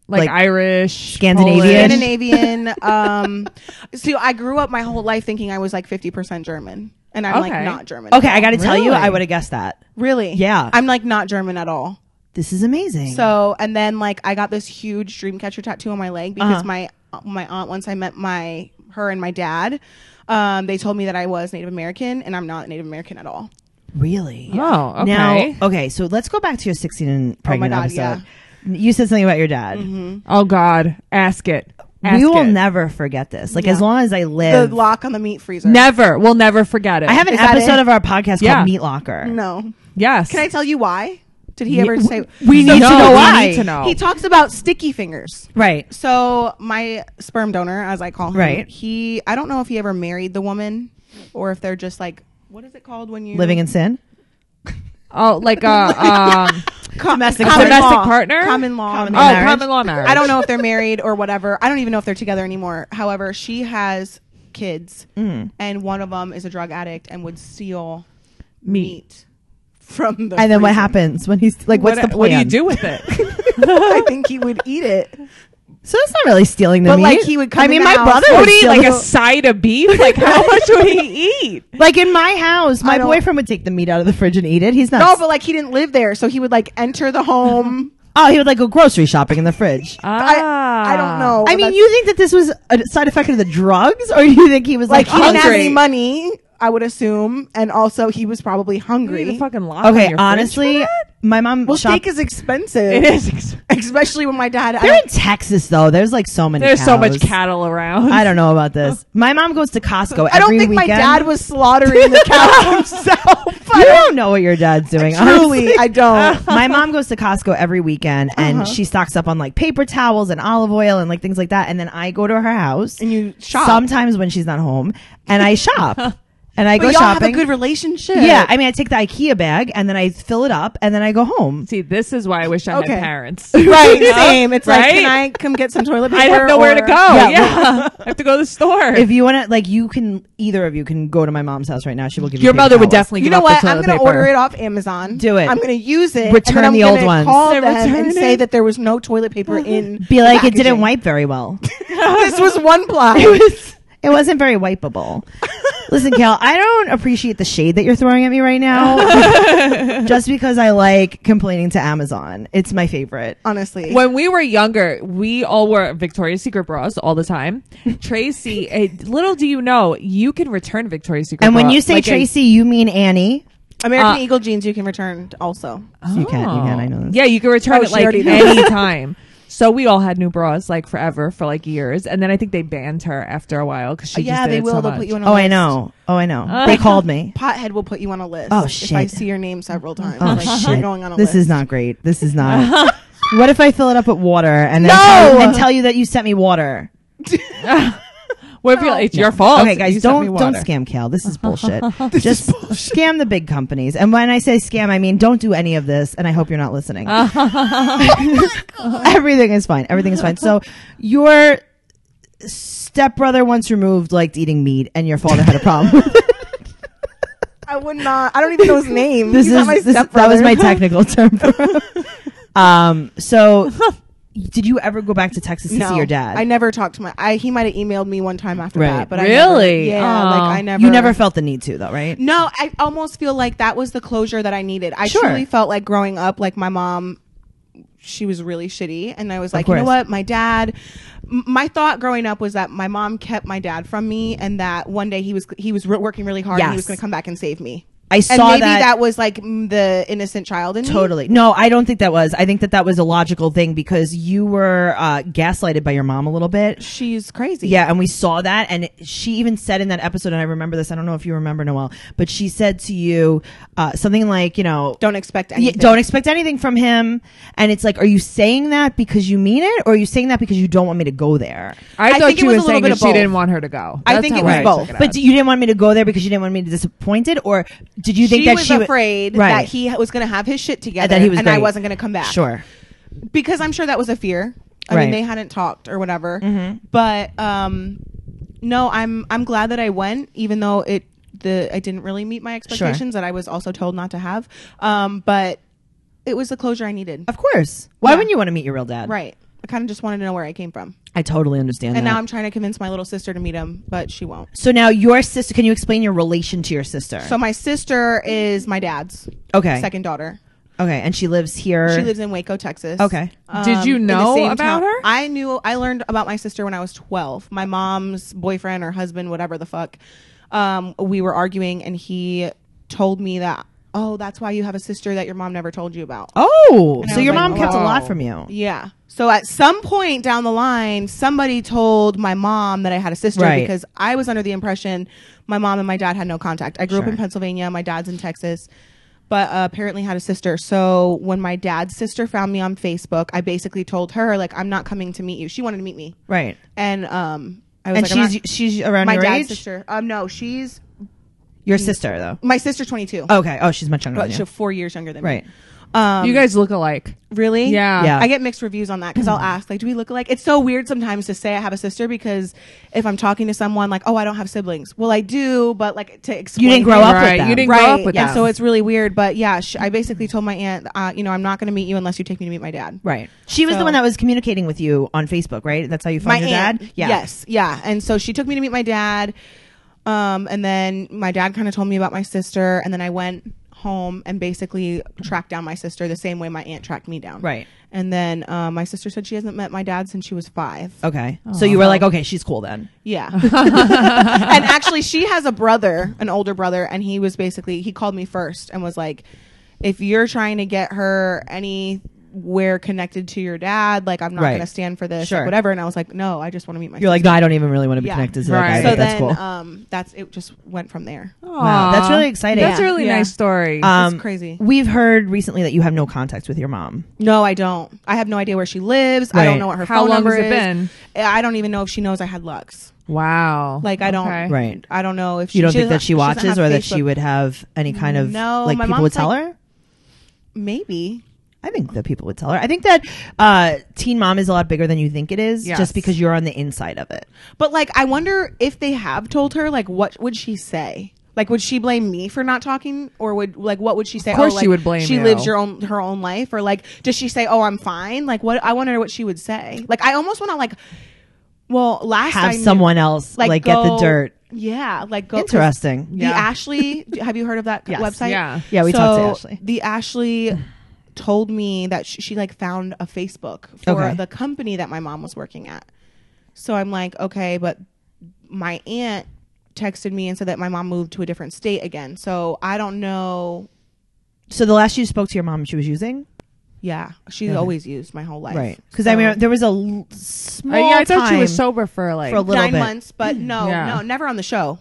S2: Like,
S1: Like,
S2: Irish,
S1: Scandinavian?
S2: Polish.
S3: Scandinavian. um, so I grew up my whole life thinking I was like 50 percent German, and I'm
S2: Okay.
S3: like not German.
S1: okay, I got to tell you,
S2: Really?
S1: I would have guessed that.
S3: really.
S1: Yeah.
S3: I'm like not German at all.
S1: This is amazing.
S3: So and then like I got this huge dream catcher tattoo on my leg because
S1: Uh-huh.
S3: my my aunt once I met my her and my dad, um, they told me that I was Native American and I'm not Native American at all.
S1: really?
S2: Oh, okay.
S1: Now, uh, okay, so let's go back to your 16 and pregnant
S3: Oh God, Mm-hmm.
S1: episode. You said something about your dad.
S2: Oh God, ask it. Ask
S1: We will
S2: it.
S1: never forget this. Like
S3: Yeah.
S1: as long as I
S3: The
S1: live,
S3: lock on the meat freezer.
S2: never. We'll never forget it.
S1: I have an
S3: Is that
S1: episode
S3: it?
S1: of our podcast
S2: Yeah.
S1: called Meat Locker.
S3: No.
S2: Yes.
S3: Can I tell you why? Did he
S1: Yeah,
S3: ever say
S1: we need
S2: No,
S1: to know
S2: we
S1: why.
S2: need to know.
S3: He talks about sticky fingers.
S1: Right.
S3: So my sperm donor, as I call him,
S1: Right.
S3: he I don't know if he ever married the woman or if they're just like what is it called when you
S1: Living in sin.
S2: Oh, like uh, um,
S1: Domestic
S2: common
S1: partner.
S2: domestic
S3: law.
S2: partner.
S3: Common law.
S1: Common
S2: oh,
S1: law marriage.
S2: common law marriage.
S3: I don't know if they're married or whatever. I don't even know if they're together anymore. However, she has
S1: Mm.
S3: kids, and one of them is a drug addict and would steal meat, from the.
S1: And then what
S3: freezer.
S1: happens when he's like, what's
S2: what,
S1: the plan?
S2: what do you do with it?
S3: I think he would eat it.
S1: So it's not really stealing the
S3: But,
S1: meat.
S3: like, he would come
S1: I
S3: in
S1: mean,
S3: the
S1: my
S3: house-
S1: brother
S2: What
S1: would
S2: do you eat,
S1: steal
S2: like a
S1: the-
S2: side of beef? Like how much would he eat?
S1: like in my house,
S3: I
S1: my
S3: don't-
S1: boyfriend would take the meat out of the fridge and eat it. He's not.
S3: No, but like he didn't live there, so he would like enter the home.
S1: oh, he would like go grocery shopping in the fridge.
S3: I, I
S2: Ah.
S3: don't know.
S1: I mean,
S3: Oh, That's-
S1: you think that this was a side effect of the drugs, or you think he was
S3: like
S1: like,
S3: he didn't have
S2: hungry.
S3: any money. I would assume, and also he was probably
S2: You need
S3: hungry.
S2: a fucking lock on
S1: okay,
S2: your fridge for
S1: honestly,
S2: that?
S1: my mom.
S3: Well,
S1: shop-
S3: steak is expensive.
S2: it is. ex-
S3: especially when my dad. I
S1: They're
S3: don't-
S1: in Texas though. There's like so many.
S2: There's so much
S1: cows.
S2: cattle around.
S1: I don't know about this. My mom goes to Costco.
S3: I don't
S1: every
S3: think my
S1: weekend.
S3: dad was slaughtering the cow himself.
S1: You don't know what your dad's doing. honestly. Uh,
S3: Truly, Uh-huh. I don't.
S1: my mom goes to Costco every weekend and she stocks up on like paper towels and olive oil and like things like that. And then I go to her house
S3: And you shop.
S1: sometimes when she's not home and I shop and I
S3: but
S1: go
S3: y'all
S1: shopping.
S3: have a good relationship.
S1: yeah, I mean, I take the IKEA bag and then I fill it up and then I go home.
S2: See, this is why I wish I
S3: Okay.
S2: had parents.
S3: right.
S2: You know?
S3: Same. It's like, can
S2: Right?
S3: I come get some toilet paper?
S2: I have nowhere to
S3: or-
S2: go. Yeah,
S1: Yeah.
S2: I have to go to the store.
S1: If you want to, like, you can either of you can go to my mom's house right now. She will give you
S2: your
S1: paper
S2: mother would
S1: towels.
S2: definitely.
S3: You
S2: give
S3: know
S2: up
S3: what?
S2: The
S3: I'm
S2: toilet
S3: going to
S2: paper.
S3: order it off Amazon.
S1: Do it.
S3: I'm going to use it.
S1: Return
S3: and then
S1: the
S3: I'm
S1: old
S3: gonna
S1: ones.
S3: Call
S2: Then
S3: them
S2: return
S3: and say
S2: it.
S3: that there was no toilet paper in.
S1: be
S3: the
S1: like, it didn't
S3: packaging."
S1: wipe very well.
S3: this was one ply.
S1: It wasn't very wipeable. Listen, Cal, I don't appreciate the shade that you're throwing at me right now. just because I like complaining to Amazon. It's my favorite.
S3: Honestly.
S2: When we were younger, we all wore Victoria's Secret bras all the time. Tracy, eh, little do you know, you can return Victoria's Secret.
S1: And when
S2: bra-
S1: you say
S2: like a-
S1: Tracy, you mean Annie.
S3: American
S2: Uh,
S3: Eagle jeans you can return also.
S1: You can't, you can't, I know this.
S2: Yeah, you can return
S3: Oh,
S2: it
S3: she
S2: like
S3: already knows.
S2: any time. So we all had new bras like forever for like years, and then I think they banned her after a while because she just
S3: Oh, yeah,
S2: did
S3: they
S2: it
S3: will.
S2: So
S3: They'll
S2: much.
S3: put you on a
S1: Oh,
S3: list.
S1: I know. Oh, I know.
S2: Uh,
S1: they called me.
S3: Pothead will put you on a list.
S1: Oh,
S3: If I
S1: shit.
S3: see your name several times.
S1: Oh
S3: like, You're
S1: shit!
S3: going on a
S1: this
S3: list.
S1: is not great. This is not. what if I fill it up with water and then
S3: No!
S1: tell, and tell you that you sent me water?
S2: What if you're, it's your fault?
S1: Okay, guys,
S2: You sent me
S1: don't don't
S2: water.
S1: scam Cal. This is bullshit. Just scam the big companies. And when I say scam, I mean don't do any of this. And I hope you're not listening. Everything is fine. Everything is fine. So your stepbrother once removed liked eating meat, and your father had a problem. with it.
S3: I would not. I don't even know his name.
S1: this
S3: He's
S1: is
S3: not my
S1: this- that
S3: stepbrother.
S1: was my technical term. For him. um. So. Did you ever go back to Texas to see your dad?
S3: I never talked to my. I he might have emailed me one time after
S1: Right.
S3: that, but
S2: Really?
S3: I never, yeah,
S2: Oh.
S3: like I never.
S1: You never felt the need to, though, right?
S3: No, I almost feel like that was the closure that I needed. I
S1: Sure.
S3: truly felt like growing up, like my mom, she was really shitty, and I was like, you know
S1: course.
S3: what, my dad. m- My thought growing up was that my mom kept my dad from me, and that one day he was he was re- working really hard, and he
S1: Yes.
S3: was going to come back and save me.
S1: I saw
S3: and maybe
S1: that-
S3: that, was like mm, the innocent child in me.
S1: Totally. No, I don't think that was. I think that that was a logical thing because you were uh, gaslighted by your mom a little bit.
S3: She's crazy.
S1: Yeah, and we saw that, and she even said in that episode, and I remember this. I don't know if you remember Noel, but she said to you uh, something like, you know,
S3: Don't expect
S1: yeah,
S3: anything.
S1: don't e, expect anything from him. And it's like, are you saying that because you mean it, or are you saying that because you don't want me to go there?
S2: I,
S3: I
S2: thought
S3: think it
S2: you were
S3: was a little
S2: saying
S3: bit
S2: that
S3: of
S2: she didn't
S3: both.
S2: want her to go.
S3: I
S2: That's
S3: think
S2: how
S3: it was
S2: I
S3: both.
S2: took it
S1: But
S2: out.
S1: d- you didn't want me to go there because you didn't want me to disappointed, or did you think
S3: she
S1: that
S3: was
S1: she wa-
S3: afraid that
S1: Right.
S3: he was going to have his shit together
S1: that he was
S3: and I
S1: great.
S3: wasn't going to come back.
S1: Sure.
S3: Because I'm sure that was a fear. I
S1: Right. Mm-hmm.
S3: mean, they hadn't talked or whatever. But um no, I'm I'm glad that I went even though it the I didn't really meet my expectations that I was also told not to have. Um but it was the closure I needed.
S1: Of course. Why wouldn't you want to meet your real dad?
S3: Right. I kind of just wanted to know where I came from.
S1: I totally understand
S3: And
S1: that.
S3: now I'm trying to convince my little sister to meet him, but she won't.
S1: so now your sister, can you explain your relation to your sister?
S3: So my sister is my dad's
S1: okay.
S3: second daughter.
S1: Okay. And she lives here.
S3: She lives in Waco, Texas. Um,
S1: Okay.
S2: Did you
S3: in the
S2: know
S3: same
S2: about
S3: town-
S2: her?
S3: I knew. I learned about my sister when I was twelve. My mom's boyfriend or husband, whatever the fuck, um, we were arguing, and he told me that. Oh, that's why you have a sister that your mom never told you about.
S1: Oh,
S3: And I
S1: so
S3: was
S1: your
S3: like,
S1: mom kept a lot
S2: wow.
S1: from you.
S3: Yeah. So at some point down the line, somebody told my mom that I had a sister
S1: Right.
S3: because I was under the impression my mom and my dad had no contact. I grew up
S1: Sure.
S3: in Pennsylvania, my dad's in Texas, but uh, apparently had a sister. So when my dad's sister found me on Facebook, I basically told her like I'm not coming to meet you. She wanted to meet me,
S1: Right.
S3: and um, I was
S1: And
S3: like, I'm
S1: she's
S3: not-
S1: she's around
S3: my
S1: your
S3: dad's
S1: age.
S3: sister. Um, no, she's
S1: Your sister though.
S3: my sister's 22.
S1: Okay. Oh, she's much younger
S3: But
S1: than
S3: she's
S1: you.
S3: four years younger than
S1: Right.
S3: me. Um,
S2: you guys look alike.
S3: really?
S2: Yeah.
S1: Yeah. Mm-hmm.
S3: I get mixed reviews on that because I'll ask, like, do we look alike? It's so weird sometimes to say I have a sister because if I'm talking to someone, like, oh, I don't have siblings. Well, I do, but like to explain.
S1: You didn't grow up
S2: Right.
S1: with them.
S2: You didn't
S3: right.
S2: grow up with
S3: yeah.
S2: them.
S3: So it's really weird. But yeah, sh- I basically told my aunt, uh, you know, I'm not going to meet you unless you take me to meet my dad.
S1: Right. She was the
S3: So-
S1: one that was communicating with you on Facebook, right? That's how you found
S3: my
S1: your
S3: aunt,
S1: dad?
S3: Yes. Yeah. And so she took me to meet my dad. Um, and then my dad kind of told me about my sister. And then I went home and basically tracked down my sister the same way my aunt tracked me down.
S1: Right.
S3: And then uh, my sister said she hasn't met my dad since she was five.
S1: Okay. So you were like, okay, she's cool then.
S3: Yeah. and actually, she has a brother, an older brother, and he was basically, he called me first and was like, if you're trying to get her anywhere connected to your dad, like, I'm not
S1: Right.
S3: going to stand for this,
S1: Sure.
S3: like, whatever. And I was like, no, I just want to meet my
S1: You're like, no, I don't even really want to be
S3: Yeah.
S1: connected to that guy.
S2: Right. So
S1: but that's
S3: then,
S1: cool.
S3: um, that's it. Just went from there.
S1: Wow, that's really exciting.
S2: That's a
S3: Yeah.
S2: really
S3: Yeah.
S2: nice story.
S1: um,
S3: crazy.
S1: We've heard recently that you have no contact with your mom.
S3: No, I don't. I have no idea where she lives. I
S1: Right.
S3: don't know what her
S2: How
S3: phone
S2: long
S3: number
S2: has it
S3: is.
S2: been?
S3: I don't even know if she knows I had Lux.
S2: wow.
S3: Like I don't.
S2: Okay.
S1: Right.
S3: I don't know if she,
S1: You don't
S3: she
S1: think that
S3: doesn't-
S1: she
S3: doesn't
S1: watches
S3: have
S1: or that
S3: Facebook.
S1: she would have any kind of
S3: No,
S1: like
S3: my
S1: people
S3: mom's
S1: would tell
S3: like-
S1: her?
S3: Maybe.
S1: I think that people would tell her. I think that uh, Teen Mom is a lot bigger than you think it is,
S2: Yes.
S1: just because you're on the inside of it.
S3: But like, I wonder if they have told her. Like, what would she say? Like, would she blame me for not talking, or would like what would she say?
S2: Of course
S3: oh,
S2: she
S3: like,
S2: would blame
S3: She
S2: you.
S3: lives your own her own life, or like, does she say, "Oh, I'm fine"? Like, what? I wonder what she would say. Like, I almost want to like. Well, last
S1: Have
S3: I knew-
S1: someone else like, get the
S3: go-
S1: dirt.
S3: Yeah, like go 'cause
S1: Interesting.
S3: The
S2: Yeah.
S3: Ashley, d- have you heard of that
S1: Yes.
S3: website?
S2: Yeah.
S1: Yeah, we
S3: so
S1: talked to Ashley.
S3: The Ashley told me that she, she like found a Facebook for
S1: Okay.
S3: the company that my mom was working at. So I'm like, okay, but my aunt texted me and said that my mom moved to a different state again. So I don't know.
S1: So the last you spoke to your mom, she was using
S3: Yeah, she's always used my whole life.
S1: right because
S3: So-
S1: I remember there was a l-
S2: Uh,
S1: small
S2: yeah, I
S1: time.
S2: thought she was sober for like.
S1: for a little
S3: nine
S1: bit.
S3: months, but no,
S2: Yeah.
S3: no, never on the show.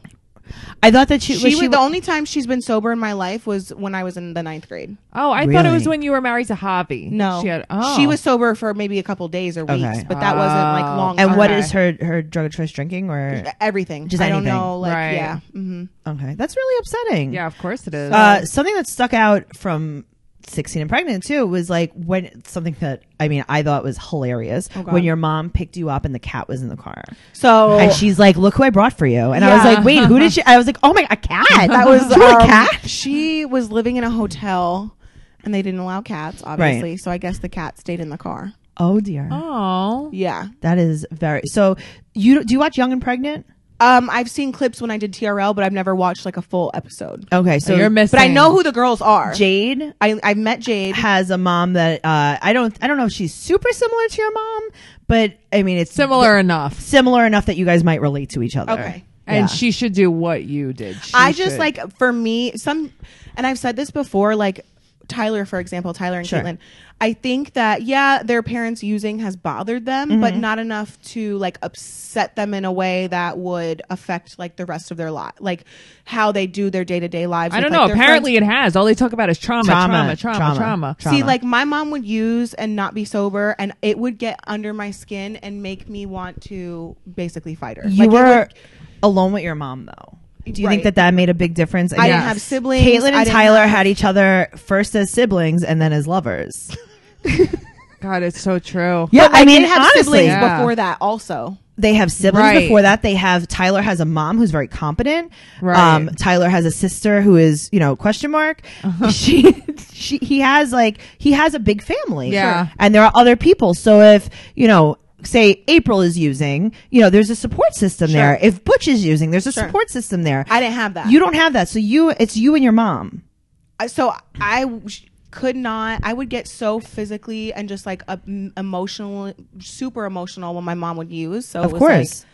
S1: I thought that she,
S3: She,
S1: was
S3: was,
S1: she
S3: the only time she's been sober in my life was when I was in the ninth grade.
S2: oh, I thought it was
S1: Really?
S2: when you were married to Hobby.
S3: No,
S2: She had. Oh.
S3: She was sober for maybe a couple days or weeks,
S1: Okay.
S3: but that wasn't like
S2: Oh.
S3: long.
S1: and what
S3: term.
S1: is her her drug choice drinking or
S3: everything?
S1: Just
S3: I don't
S1: anything.
S3: know. Like
S2: Right.
S3: yeah, hmm
S1: okay? That's really upsetting.
S2: Yeah, of course it is.
S1: Uh, something that stuck out from 16 and pregnant too was like when something that I mean I thought was hilarious
S3: God.
S1: when your mom picked you up and the cat was in the car
S3: so
S1: and she's like look who I brought for you and I was
S3: Yeah.
S1: like wait who did she I was like oh my a cat that was you were a
S3: um,
S1: cat
S3: She was living in a hotel, and they didn't allow cats, obviously. So I guess the cat stayed in the car.
S1: oh dear
S2: oh.
S3: Yeah,
S1: that is very so you do you watch Young and Pregnant
S3: um, I've seen clips when I did TRL, but I've never watched like a full episode.
S1: okay so
S2: you're missing.
S3: But I know who the girls are.
S1: Jade
S3: I I met Jade.
S1: has a mom that uh, I don't I don't know if she's super similar to your mom but I mean it's
S2: Similar enough.
S1: similar enough that you guys might relate to each other
S3: Okay.
S2: And
S1: Yeah.
S2: she should do what you did. She
S3: I just
S2: should.
S3: like for me some, and I've said this before. Like Tyler, for example, Tyler and
S1: Sure.
S3: Caitlin. I think that yeah, their parents using has bothered them,
S1: Mm-hmm.
S3: but not enough to like upset them in a way that would affect like the rest of their life, like how they do their day to day lives.
S2: I
S3: with,
S2: don't
S3: like,
S2: know.
S3: their
S2: Apparently,
S3: friends.
S2: it has. All they talk about is trauma, trauma, trauma, trauma.
S3: See, like my mom would use and not be sober, and it would get under my skin and make me want to basically fight her.
S1: You
S3: Like, it
S1: were
S3: would-
S1: alone with your mom, though. Do you think
S3: Right.
S1: that that made a big difference?
S3: I
S1: mean,
S3: didn't have siblings.
S1: Caitlin and
S3: I didn't
S1: Tyler
S3: have-
S1: had each other first as siblings and then as lovers.
S2: God, it's so true.
S1: Yeah, I mean,
S3: they had
S1: honestly,
S3: siblings
S2: Yeah.
S3: before that also.
S1: they have siblings
S2: Right.
S1: before that. They have Tyler has a mom who's very competent. Um,
S2: Right.
S1: Tyler has a sister who is you know question mark.
S3: Uh-huh.
S1: She, she, he has like he has a big family.
S2: Yeah.
S1: and there are other people. So if you know. Say April is using, you know, there's a support system
S3: Sure.
S1: there. If Butch is using, there's a
S3: Sure.
S1: support system there.
S3: I didn't have that.
S1: You don't have that. So you, it's you and your mom.
S3: I- so I w- sh- could not. I would get so physically and just like uh, m- emotional, super emotional when my mom would use. So Oh, it
S1: Of
S3: was like,
S1: course.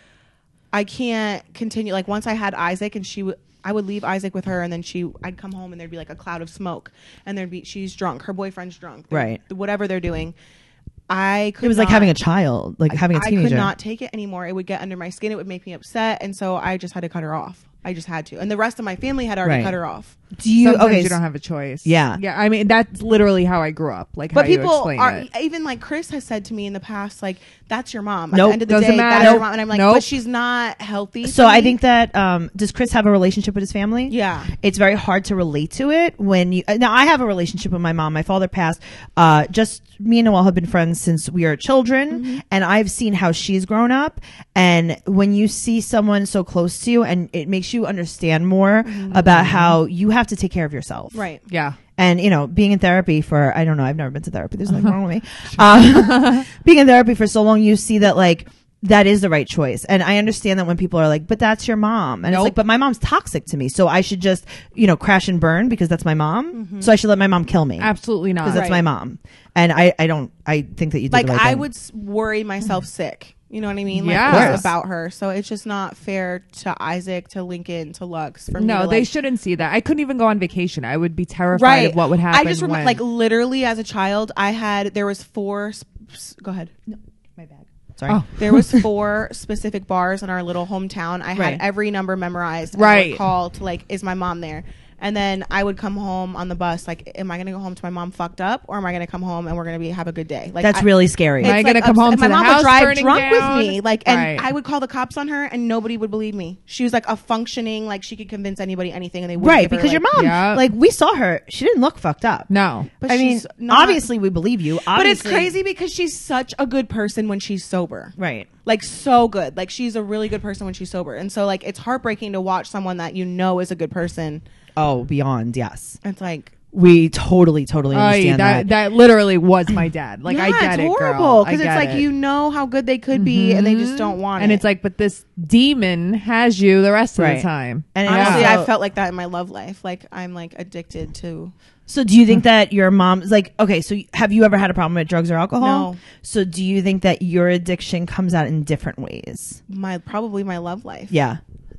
S3: I can't continue. Like once I had Isaac, and she would. I would leave Isaac with her, and then she. I'd come home, and there'd be like a cloud of smoke, and there'd be she's drunk, her boyfriend's drunk, they're-
S1: Right.
S3: Whatever they're doing, I could.
S1: it was like having a child, like having a
S3: I could
S1: teenager.
S3: not take it anymore. It would get under my skin. It would make me upset, and so I just had to cut her off. I just had to, and the rest of my family had already
S1: Right.
S3: cut her off.
S1: do you
S2: Sometimes
S1: okay
S2: you
S1: s-
S2: don't have a choice.
S1: Yeah.
S2: Yeah. I mean, that's literally how I grew up. Like,
S3: But
S2: how you
S3: people
S2: explain
S3: are
S2: it.
S3: even like Chris has said to me in the past, like that's your mom. At
S1: Nope,
S3: the end of the
S2: doesn't
S3: day,
S2: matter.
S3: that's your mom, and I'm like,
S2: Nope.
S3: but she's not healthy.
S1: so
S3: for
S1: I
S3: me.
S1: think that um, does Chris have a relationship with his family?
S3: Yeah.
S1: it's very hard to relate to it when you. uh, Now I have a relationship with my mom. My father passed. Uh, just me and Noel have been friends since we are children,
S3: Mm-hmm.
S1: and I've seen how she's grown up. And when you see someone so close to you, and it makes you understand more about how you have to take care of yourself,
S3: Mm-hmm. right.
S2: Yeah.
S1: and you know being in therapy for i don't know i've never been to therapy there's nothing wrong with me um, being in therapy for so long you see that like that is the right choice and i understand that when people are like but that's your mom and it's
S2: Nope.
S1: like but my mom's toxic to me so i should just you know crash and burn because that's my mom so i should let my mom kill me
S2: Absolutely not.
S1: because that's my
S3: Mm-hmm. Uh, Right.
S1: mom and i i don't i think that you did
S3: Like
S1: the right
S3: I
S1: thing.
S3: would s- worry myself sick. You know what I mean? Like,
S2: Mm-hmm. Yeah.
S3: just about her. So it's just not fair to Isaac, to Lincoln, to Lux. For me
S2: No,
S3: to,
S2: they
S3: like,
S2: shouldn't see that. I couldn't even go on vacation. I would be terrified of what would happen.
S3: I just
S2: when-
S3: remember, like, literally as a child, I had there was four. Sp- s- go ahead.
S1: my bag sorry
S2: oh,
S3: There was four specific bars in our little hometown. I
S1: Right.
S3: had every number memorized. I
S2: Right.
S3: would call to like, is my mom there? And then I would come home on the bus. Like, am I gonna go home to my mom fucked up, or am I gonna come home and we're gonna be have a good day? Like
S1: that's
S3: I-
S1: really scary
S3: it's,
S2: Am I gonna come
S3: upset-
S2: home
S3: and
S2: to the
S3: my mom
S2: house
S3: would drive
S2: burning
S3: drunk
S2: down?
S3: with me. Like, and
S2: Right.
S3: I would call the cops on her, and nobody would believe me. She was like a functioning, like she could convince anybody anything, and they would
S1: right because your mom
S2: Yeah.
S1: like we saw her she didn't look fucked up
S2: no.
S3: But
S1: I mean,
S3: she's not-
S1: obviously we believe you. Obviously.
S3: But it's crazy because she's such a good person when she's sober.
S1: right?
S3: like so good. Like she's a really good person when she's sober. And so like it's heartbreaking to watch someone that you know is a good person.
S1: Oh, beyond yes.
S3: It's like
S1: We totally, totally
S2: Oh, yeah,
S1: understand
S2: that,
S1: that.
S2: that literally was my dad. Like
S3: yeah,
S2: I get
S3: it's
S2: it,
S3: horrible
S2: because
S3: it's like you know how good they could be Mm-hmm. and they just don't want
S2: and
S3: it.
S2: it's like, but this demon has you the rest of
S1: Right.
S2: the time.
S1: And it
S3: honestly,
S1: also-
S3: I felt like that in my love life. Like I'm like addicted to
S1: So, do you think that your mom's like okay? So, have you ever had a problem with drugs or alcohol?
S3: No.
S1: So, do you think that your addiction comes out in different ways?
S3: my probably my love life.
S1: Yeah.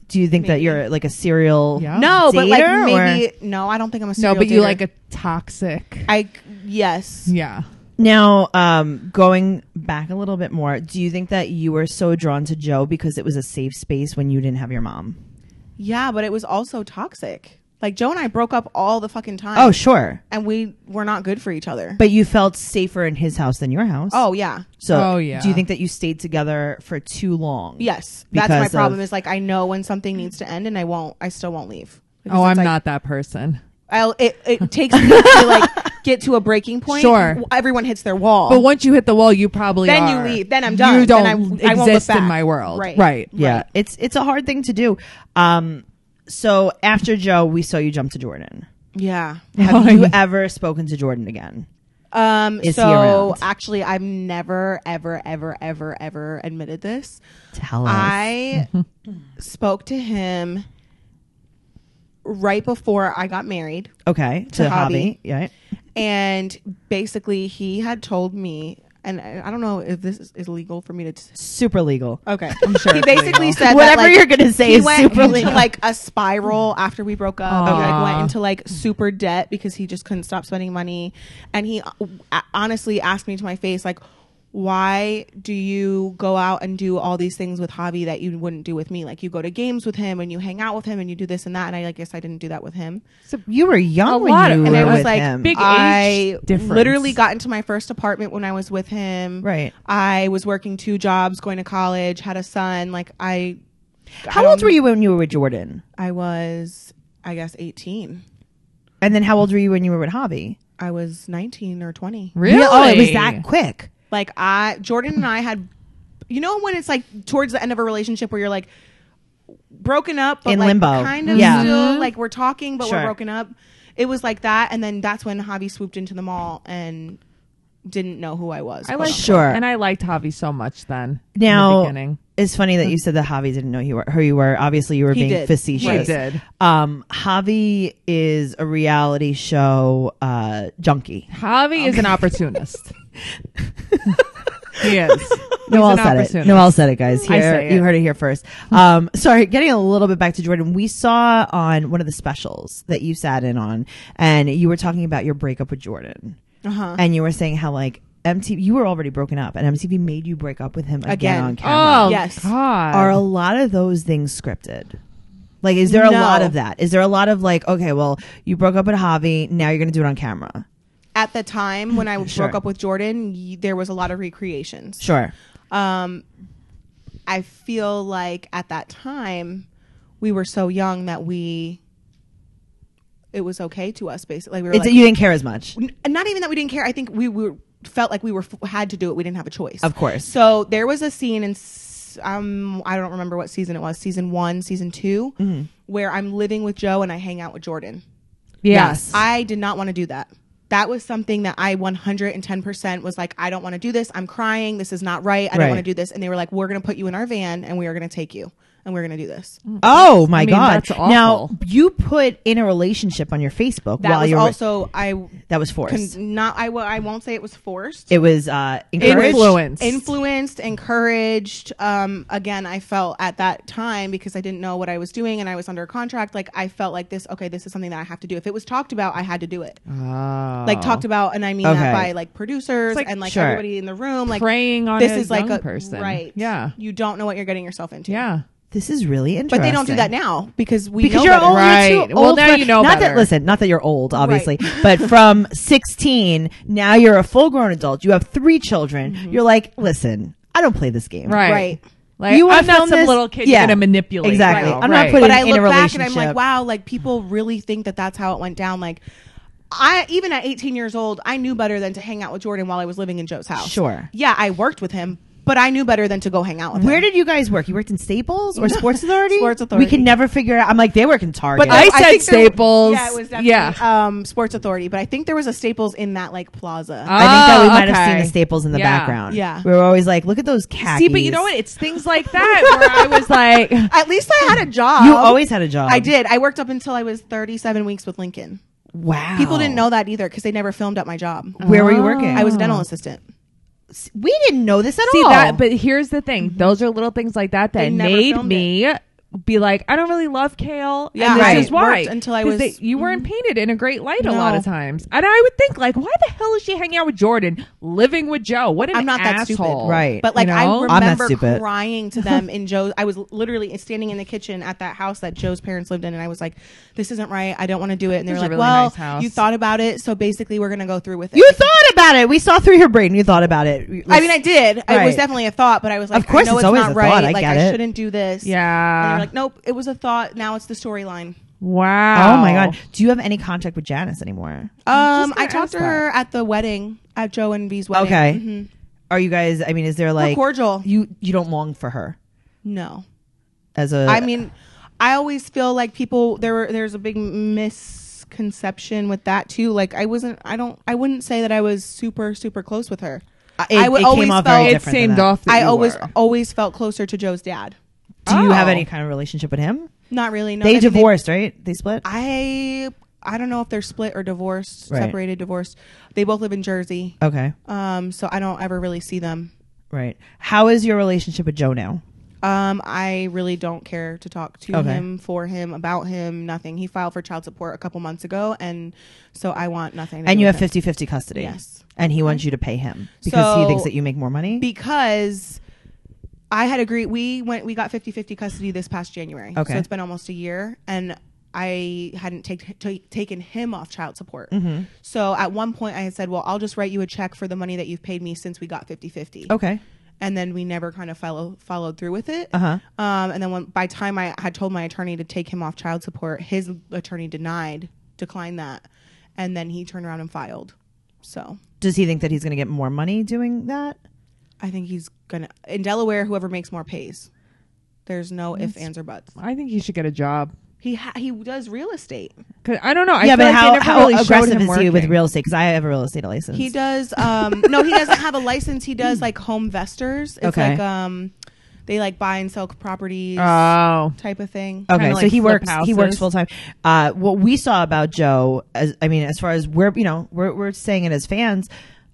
S1: Do you think that
S3: Maybe.
S1: you're like a serial?
S2: Yeah.
S3: No, Oh, but like
S1: dater, or-
S3: maybe no, I don't think I'm a
S2: no,
S3: serial
S2: but you
S3: dater.
S2: like a toxic.
S3: I yes.
S2: Yeah.
S1: Now, um, going back a little bit more, do you think that you were so drawn to Joe because it was a safe space when you didn't have your mom?
S3: Yeah, but it was also toxic. Like Joe and I broke up all the fucking time.
S1: Oh, sure,
S3: and we were not good for each other.
S1: but you felt safer in his house than your house.
S3: oh yeah.
S1: So,
S2: Oh, yeah.
S1: do you think that you stayed together for too long?
S3: Yes, that's my
S1: Because
S3: problem.
S1: of-
S3: is like I know when something needs to end, and I won't. I still won't leave. Because
S2: Oh,
S3: it's
S2: I'm
S3: like,
S2: not that person.
S3: I'll, it, it takes me to like get to a breaking point.
S2: Sure.
S3: everyone hits their wall.
S2: But once you hit the wall, you probably
S3: Oh. Then you
S2: are.
S3: leave. Then I'm done.
S2: You
S3: Then
S2: don't
S3: I- I won't look
S2: exist in
S3: back.
S2: my world.
S3: Right.
S2: Right.
S1: Yeah, it's it's a hard thing to do. Um, so after Joe, we saw you jump to Jordan.
S3: yeah.
S1: Have
S2: Oh,
S1: you
S2: yeah.
S1: ever spoken to Jordan again?
S3: Um.
S1: Is he
S3: so
S1: around?
S3: actually, I've never, ever, ever, ever, ever admitted this.
S1: Tell
S3: I
S2: Mm-hmm.
S3: spoke to him right before I got married.
S1: okay, to,
S3: to
S1: hobby.
S3: Hobby.
S1: yeah.
S3: and basically he had told me and I I don't know if this is- is legal for me to t-
S1: Super legal.
S3: okay
S2: I'm sure
S3: he
S2: it's
S3: basically
S2: legal.
S3: said
S1: Whatever
S3: that, like,
S1: you're gonna say
S3: he
S1: is
S3: went
S1: super
S3: into,
S1: legal.
S3: like a spiral after we broke up he
S2: Aw.
S3: like went into like super debt because he just couldn't stop spending money and he uh, a- honestly asked me to my face like why do you go out and do all these things with hobby that you wouldn't do with me like you go to games with him and you hang out with him and you do this and that and i like, guess i didn't do that with him
S1: So you were young when
S2: lot
S1: you
S2: of-
S1: were
S3: and I was
S1: with
S3: like,
S1: him.
S2: big- age
S3: I
S2: difference.
S3: literally got into my first apartment when I was with him.
S1: Right.
S3: I was working two jobs, going to college, had a son. Like I,
S1: how old were you when you were with Jordan?
S3: I was, I guess, eighteen.
S1: And then how old were you when you were with hobby?
S3: I was nineteen or twenty.
S2: Really?
S1: Yeah, oh, it was that quick.
S3: Like I, Jordan and I had, you know, when it's like towards the end of a relationship where you're like broken up, but
S1: In
S3: like
S1: limbo.
S3: kind of
S1: Yeah.
S3: still like we're talking, but
S1: Sure.
S3: we're broken up. It was like that, and then that's when Javi swooped into the mall and didn't know who I was.
S2: I liked
S1: Sure.
S2: and I liked Javi so much then. in the
S1: Now
S2: beginning.
S1: it's funny that you said that Javi didn't know you were who you were. Obviously, you were
S3: He
S1: being
S3: did.
S1: facetious.
S2: He did.
S1: Um, Javi is a reality show uh, junkie.
S2: Javi is an opportunist. he is. He's
S1: Noel
S2: an
S1: said it.
S2: opportunist.
S1: Noel said it, guys.
S2: I
S1: Here,
S2: say it.
S1: you heard it here first. Um, sorry, getting a little bit back to Jordan. We saw on one of the specials that you sat in on, and you were talking about your breakup with Jordan,
S3: Uh-huh.
S1: and you were saying how like MTV, you were already broken up, and MTV made you break up with him again,
S3: Again.
S1: on camera.
S2: Oh
S3: Yes.
S2: God.
S1: Are a lot of those things scripted? Like, is there a
S3: No.
S1: lot of that? Is there a lot of like, okay, well, you broke up with Javi, now you're gonna do it on camera?
S3: At the time when I
S1: Sure.
S3: broke up with Jordan, y- there was a lot of recreations.
S1: Sure.
S3: um, I feel like at that time we were so young that we it was okay to us basically. Like we were
S1: It's, e-,
S3: like,
S1: you didn't care as much.
S3: n- and not even that we didn't care. I think we were felt like we were had to do it. We didn't have a choice.
S1: Of course.
S3: So there was a scene in s- um I don't remember what season it was, season 1, season 2,
S1: Mm-hmm.
S3: where I'm living with Joe and I hang out with Jordan.
S2: Yes.
S3: I did not want to do that. That was something that I 110% was like, I don't want to do this. I'm crying. This is not right. I
S1: Right.
S3: don't want to do this. And they were like, we're going to put you in our van and we are going to take you and we're going to do this.
S1: Oh my
S2: mean,
S1: god!
S2: that's awful.
S1: Now you put in a relationship on your Facebook
S3: That
S1: while
S3: was
S1: you're
S3: also, I
S1: that was forced.
S3: can not, I, w- I won't say it was forced.
S1: it was uh, encouraged.
S2: Influenced.
S3: influenced, encouraged. Um, again, I felt at that time because I didn't know what I was doing and I was under contract. Like I felt like this. Okay, this is something that I have to do. If it was talked about, I had to do it.
S1: Oh.
S3: Like talked about, and I mean
S1: Okay.
S3: that by like producers
S2: It's like-
S3: and like
S1: Sure.
S3: everybody in the room. Like
S2: Preying on
S3: this
S2: a
S3: is like
S2: young
S3: a
S2: person.
S3: right?
S2: Yeah.
S3: you don't know what you're getting yourself into.
S2: Yeah.
S1: This is really interesting.
S3: but they don't do that now because we
S1: because
S3: know
S1: you're
S3: better.
S1: old. You're
S2: Right.
S1: too
S2: Well,
S1: old
S2: now
S1: for-
S2: you know
S1: Not that
S2: better.
S1: listen, not that you're old, obviously, but from 16, now you're a full grown adult. You have three children.
S3: Mm-hmm.
S1: You're like, listen, I don't play this game.
S2: Right.
S3: Right.
S2: Like
S1: You wanna
S2: I'm not
S1: film
S2: some
S1: this?
S2: little kid
S1: Yeah.
S2: you're gonna manipulate.
S1: Exactly.
S2: now.
S1: I'm not
S2: Right.
S1: putting-
S3: but I
S1: in
S3: look
S1: a
S3: back and I'm
S1: relationship.
S3: like, wow, like people really think that that's how it went down. Like, I even at 18 years old, I knew better than to hang out with Jordan while I was living in Joe's house.
S1: Sure.
S3: Yeah, I worked with him, but I knew better than to go hang out with
S1: Where
S3: him.
S1: did you guys work? You worked in Staples or Sports Authority?
S3: Sports Authority.
S1: We can never figure it out. I'm like, they work in Target.
S3: But
S2: I
S3: there-
S2: said
S3: think there-
S2: Staples.
S3: yeah, it was definitely
S2: Yeah.
S3: um, Sports Authority, but I think there was a Staples in that like plaza.
S1: I think that we
S2: Oh,
S1: might have seen
S2: okay.
S1: the Staples in the
S2: Yeah.
S1: background.
S3: Yeah.
S1: We were always like, look at those khakis.
S2: See, but you know what? It's things like that where I was like,
S3: At least I had a job.
S1: You always had a job.
S3: I did. I worked up until I was 37 weeks with Lincoln.
S1: Wow. Oh.
S3: People didn't know that either because they never filmed at my job.
S1: Where were you working?
S3: I was a dental assistant.
S1: We didn't know this at
S2: see
S1: all.
S2: that. But here's the thing: those are little things like that
S3: They
S2: that
S3: never
S2: made
S3: filmed
S2: me. Be like, I don't really love kale.
S3: Yeah,
S2: and this
S1: I
S2: is
S3: worked
S2: why.
S3: until I
S2: 'Cause
S3: was-
S2: they- you weren't painted in a great light a lot
S3: No.
S2: of times, and I would think like, why the hell is she hanging out with Jordan, living with Joe? What an
S3: I'm not that stupid.
S2: asshole.
S1: Right.
S3: But like
S2: You know?
S3: I
S1: I'm not
S3: remember
S1: stupid.
S3: crying to them in Joe's. I was literally standing in the kitchen at that house that Joe's parents lived in, and I was like, "This isn't right. I don't want to do it." And they
S2: This
S3: were
S2: is a
S3: like,
S2: really
S3: "Well,
S2: nice house."
S3: you thought about it, so basically we're gonna go through with it."
S1: you thought about it. We saw through your brain. You thought about it.
S3: I mean, I did. It
S1: Right.
S3: was definitely a thought, but I was like,
S1: Of course
S3: I know
S1: it's
S3: it's,
S1: always
S3: not
S1: a
S3: right.
S1: thought. I
S3: like
S1: get
S3: I
S1: it.
S3: shouldn't do this." And
S2: Yeah.
S3: they're like, "Nope, it was a thought. Now it's the storyline."
S2: wow.
S1: Oh my god! Do you have any contact with Janice anymore?
S3: Um, I
S2: gonna
S3: talked to
S2: ask
S3: her at the wedding at Joe and V's wedding.
S1: Okay.
S3: Mhm.
S1: Are you guys? I mean, is there like
S3: cordial.
S1: You you don't long for her
S3: No.
S1: as a.
S3: I mean, I always feel like people there were there's a big misconception with that too. Like I wasn't I don't I wouldn't say that I was super super close with her.
S1: it,
S3: I would
S1: it
S3: always
S1: came off
S3: felt-
S1: very
S2: It
S1: different. than
S2: seemed
S1: that.
S2: off. That
S3: I
S2: you
S3: always
S2: were.
S3: always felt closer to Joe's dad.
S1: Do you have
S2: Oh.
S1: any kind of relationship with him?
S3: Not really. No, I
S1: they
S3: mean,
S1: divorced, right? They split.
S3: I I don't know if they're split or divorced,
S1: Right.
S3: separated, divorced. They both live in Jersey.
S1: okay,
S3: Um so I don't ever really see them.
S1: right. How is your relationship with Joe now?
S3: Um, I really don't care to talk to
S1: Okay.
S3: him, for him, about him, nothing. He filed for child support a couple months ago, and so I want nothing. To
S1: And
S3: do
S1: you
S3: with
S1: have
S3: him.
S1: 50-50 custody.
S3: Yes.
S1: And he wants you to pay him because he
S3: So-
S1: thinks that you make more money.
S3: because I had agreed we went we got 50-50 custody this past January.
S1: Okay.
S3: So it's been almost a year and I hadn't take, ta taken him off child support.
S1: Mm-hmm.
S3: So at one point I had said, "Well, I'll just write you a check for the money that you've paid me since we got 50-50."
S1: okay.
S3: And then we never kind of follow, followed through with it.
S1: Uh-huh.
S3: Um, and then when, by time I had told my attorney to take him off child support, his attorney denied, declined that, and then he turned around and filed. So
S1: Does he think that he's going to get more money doing that?
S3: I think he's gonna in Delaware. Whoever makes more pays. There's no ifs, ands, or buts.
S2: I think he should get a job.
S3: He ha- he does real estate.
S2: 'Cause I don't know. I
S1: yeah,
S2: feel
S1: but
S2: like they
S1: how,
S2: never
S1: how
S2: really showed
S1: aggressive
S2: him
S1: is he with
S2: working.
S1: real estate? Because I have a real estate license.
S3: He does. Um, no, he doesn't have a license. He does like home vestors. It's
S1: Okay.
S3: like um, they like buy and sell properties
S2: Oh,
S3: type of thing.
S1: Okay,
S2: kinda
S1: so
S2: like
S1: he
S2: flip
S1: works. He works
S2: houses.
S1: full time. Uh, what we saw about Joe, as I mean, as far as we're you know we're we're saying it as fans,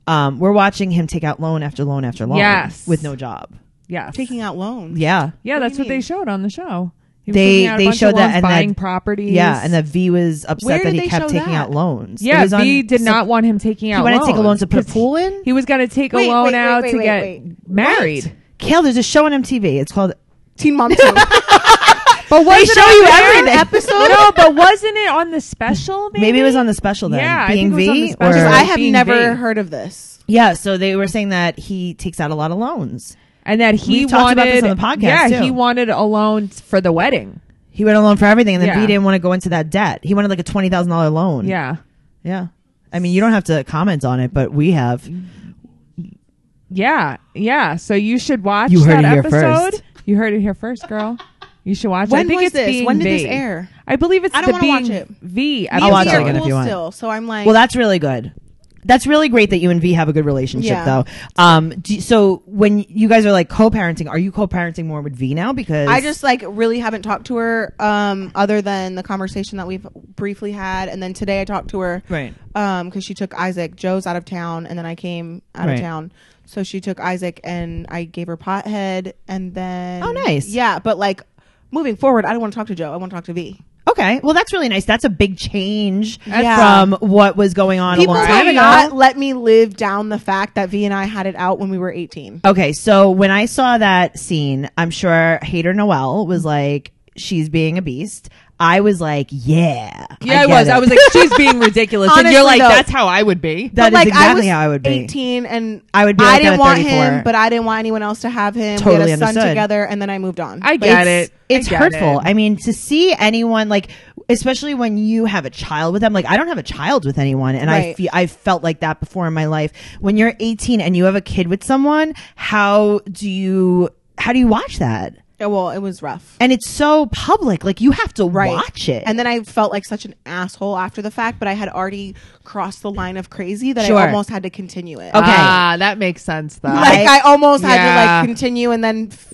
S1: um, we're watching him take out loan after loan after loan,
S2: Yes.
S1: with no job.
S2: yes.
S3: Taking out loans.
S1: Yeah,
S2: yeah,
S3: What do
S2: that's
S3: you
S2: what they
S3: mean?
S2: showed on the show. He was
S1: They-
S2: taking out a
S1: they
S2: bunch of
S1: showed that
S2: loans,
S1: and that-
S2: buying properties.
S1: yeah, and that V was upset
S3: Where
S1: that
S3: did
S1: he
S3: they
S1: kept
S3: show
S1: taking
S3: that?
S1: out loans. It
S2: yeah,
S1: was on
S2: V did
S1: some-
S2: not want him taking out.
S1: He wanted to take a loan
S2: loans
S1: to put a
S2: 'cause
S1: pool in?
S2: He was going to take a
S3: Wait,
S2: loan
S3: wait, wait,
S2: out
S3: wait,
S2: to
S3: wait,
S2: get
S3: wait.
S2: married.
S1: Kale, there's a show on MTV. It's called
S3: Teen Mom Two.
S2: But
S1: they
S2: wasn't
S1: show
S2: it
S1: you
S2: on there?
S1: everything.
S2: No, but wasn't it on the special? Maybe,
S1: Maybe it was on the special then.
S2: Yeah, I
S1: being
S2: think it was on the
S1: V,
S2: special.
S1: or-
S2: Just
S3: I have
S2: Being
S3: never
S2: vague.
S3: heard of this.
S1: yeah. So they were saying that he takes out a lot of loans.
S2: and that he
S1: We've talked
S2: wanted
S1: about this on the podcast,
S2: Yeah,
S1: too.
S2: he wanted a loan for the wedding.
S1: He went alone for everything, and then
S2: Yeah.
S1: V didn't want to go into that debt. He wanted like a twenty thousand dollar loan.
S2: Yeah,
S1: yeah. I mean, you don't have to comment on it, but we have.
S2: Mm-hmm. yeah, yeah. So you should watch.
S1: You heard
S2: that
S1: it here
S2: episode.
S1: first.
S2: You heard it here first, girl. You should watch. it.
S3: When
S2: I think
S3: was
S2: it's
S3: this?
S2: Being
S3: When did this
S2: Vague.
S3: air?
S2: I believe it's
S3: I don't
S2: the
S3: wanna watch
S2: Being
S3: it.
S2: V.
S1: I'll
S3: Me
S1: watch
S3: and
S1: it
S3: V are
S1: again if
S3: cool
S1: you want.
S3: Still, so I'm like,
S1: Well, that's really good. That's really great that you and V have a good relationship,
S3: Yeah.
S1: though. Um, do, so when you guys are like co-parenting, are you co-parenting more with V now? Because
S3: I just like really haven't talked to her um, other than the conversation that we've briefly had, and then today I talked to her
S1: Right.
S3: because she took Isaac. Joe's out of town, and then I came out
S1: Right.
S3: of town, so she took Isaac, and I gave her pothead, and then
S1: Oh, nice.
S3: yeah. But like moving forward, I don't want to talk to Joe. I want to talk to V.
S1: okay. Well, that's really nice. That's a big change
S3: Yeah.
S1: from what was going on
S3: People
S1: a long
S3: have
S1: time ago.
S3: not let me live down the fact that V and I had it out when we were eighteen.
S1: Okay, so when I saw that scene, I'm sure Hater Noel was
S2: Mm-hmm.
S1: like, "She's being a beast." I was like, "Yeah,
S2: Yeah, I,
S1: get
S2: was.
S1: it.
S2: I was like, she's being ridiculous, and
S3: Honestly,
S2: you're like,
S3: though-
S2: that's how I would be.
S1: That is
S3: like,
S1: exactly how I would be.
S3: 18 and
S1: I would be like
S3: I
S1: that
S3: didn't
S1: at
S3: want
S1: 34.
S3: him, but I didn't want anyone else to have him. we
S1: Totally
S3: had a
S1: understood.
S3: son together and then I moved on.
S2: I
S3: Like,
S2: get
S3: it's-
S2: it. I
S1: It's
S2: get
S1: hurtful.
S2: it.
S1: I mean, to see anyone like, especially when you have a child with them. Like, I don't have a child with anyone, and I
S3: Right.
S1: feel I felt like that before in my life. When you're 18 and you have a kid with someone, how do you how do you watch that?
S3: Yeah, well, it was rough.
S1: And it's so public. Like, you have to
S3: Right.
S1: watch it.
S3: And then I felt like such an asshole after the fact, but I had already crossed the line of crazy that
S1: Sure.
S3: I almost had to continue it. Uh,
S1: Okay.
S2: Ah, that makes sense though.
S3: Like I almost had to
S2: Yeah.
S3: like continue and then f-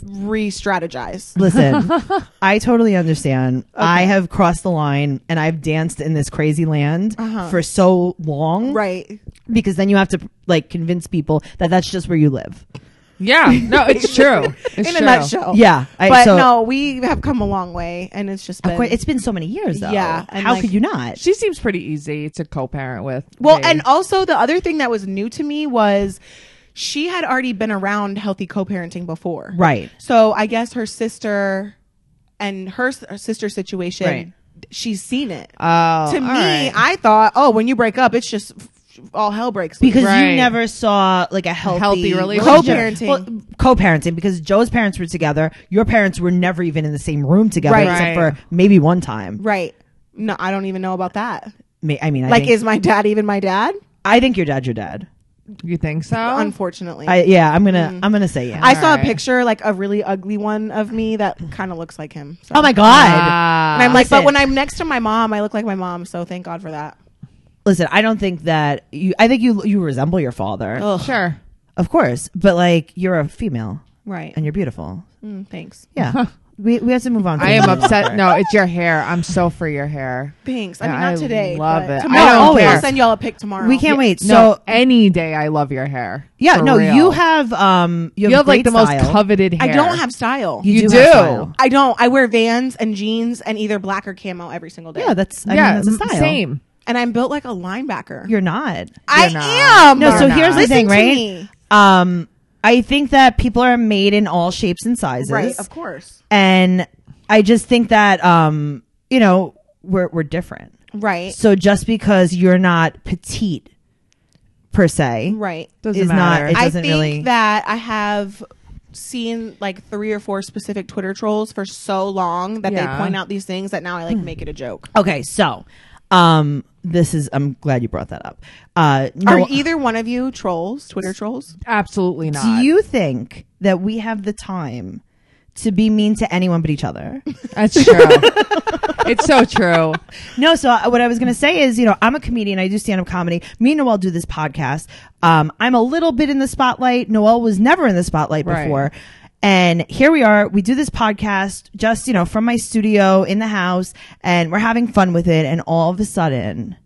S3: re-strategize.
S1: Listen, I totally understand. I have crossed the line and I've danced in this crazy land for so long.
S3: Uh-huh. Right.
S1: Because then you have to like convince people that that's just where you live.
S2: yeah, no, it's true. It's
S3: In
S2: true.
S3: a nutshell.
S1: Yeah. I-
S3: but
S1: so-
S3: no, we have come a long way and it's just
S1: Of
S3: been
S1: course, it's been so many years though.
S3: Yeah, and,
S1: How
S3: like-
S1: could you not?
S2: She seems pretty easy to co-parent with.
S3: Well,
S2: Dave.
S3: and also the other thing that was new to me was she had already been around healthy co-parenting before.
S1: Right.
S3: So I guess her sister and her, s- her sister situation,
S1: Right.
S3: she's seen it.
S2: Oh,
S3: to me,
S2: all right.
S3: I thought, oh, when you break up, it's just f- all hell breaks loose.
S1: because you
S2: Right.
S1: never saw like a healthy,
S2: Healthy relationship.
S1: co-parenting.
S3: Co-parenting.
S1: Well, co-parenting because Joe's parents were together. Your parents were never even in the same room together
S3: Right.
S1: except
S2: Right.
S1: for maybe one time.
S3: right? No, I don't even know about that.
S1: May- I mean, I
S3: Like,
S1: think,
S3: is my dad even my dad?
S1: I think your dad's your dad.
S2: you think so?
S3: Unfortunately,
S1: Oh. I, yeah, I'm gonna I'm gonna say yeah.
S3: Mm. I saw
S2: Alright.
S3: a picture, like a really ugly one of me that kind of looks like him. So.
S1: oh my god.
S2: Ah.
S3: And I'm like,
S1: Listen.
S3: but when I'm next to my mom, I look like my mom. So thank God for that.
S1: Listen, I don't think that you. I think you you resemble your father,
S2: Oh. sure.
S1: of course, but like you're a female
S3: Right.
S1: and you're beautiful.
S3: Mm, thanks.
S1: Yeah, we we have to move on. from
S2: I am
S1: that.
S2: upset. No, it's your hair. I'm so for your hair.
S3: Thanks. I
S2: Yeah,
S3: mean, not
S2: I
S3: today.
S2: love
S3: but
S2: it. I
S3: Tomorrow, Oh,
S1: don't
S3: I'll-
S1: care.
S3: I'll send y'all a pic tomorrow.
S1: We can't wait.
S2: No,
S1: so
S2: any day I love your hair.
S1: yeah,
S2: For
S1: no,
S2: real.
S1: you have um you have,
S2: you have like
S1: great
S2: the most
S1: style.
S2: coveted hair.
S3: I don't have style.
S1: You,
S2: You
S1: do.
S2: do.
S1: have style.
S3: I don't. I wear Vans and jeans and either black or camo every single day.
S1: Yeah, that's I
S2: yeah,
S1: mean, that's a
S2: m-
S1: style.
S2: same.
S3: and I'm built like a linebacker.
S1: You're not.
S3: I
S2: not.
S3: am.
S1: No, so
S2: not.
S1: here's the
S3: Listen
S1: thing,
S3: to
S1: right?
S3: me.
S1: Um, I think that people are made in all shapes and sizes,
S3: Right, of course.
S1: and I just think that um, you know, we're we're different.
S3: Right,
S1: So just because you're not petite per se,
S3: right.
S2: Doesn't
S1: is
S2: matter.
S1: not. It
S3: I
S1: doesn't
S3: think
S1: really.
S3: that I have seen like three or four specific Twitter trolls for so long that
S2: Yeah.
S3: they point out these things that now
S1: Hmm.
S3: I like make it a joke.
S1: okay, so um, this is. I'm glad you brought that up. Uh,
S3: Are
S1: no,
S3: either one of you trolls? Twitter trolls?
S2: Absolutely not.
S1: do you think that we have the time to be mean to anyone but each other?
S2: That's true. it's so true.
S1: No, so uh, what I was going to say is, you know, I'm a comedian. I do stand up comedy. Me and Noel do this podcast. Um, I'm a little bit in the spotlight. Noel was never in the spotlight
S2: Right.
S1: before. And here we are. We do this podcast just, you know, from my studio in the house and we're having fun with it. And all of a sudden,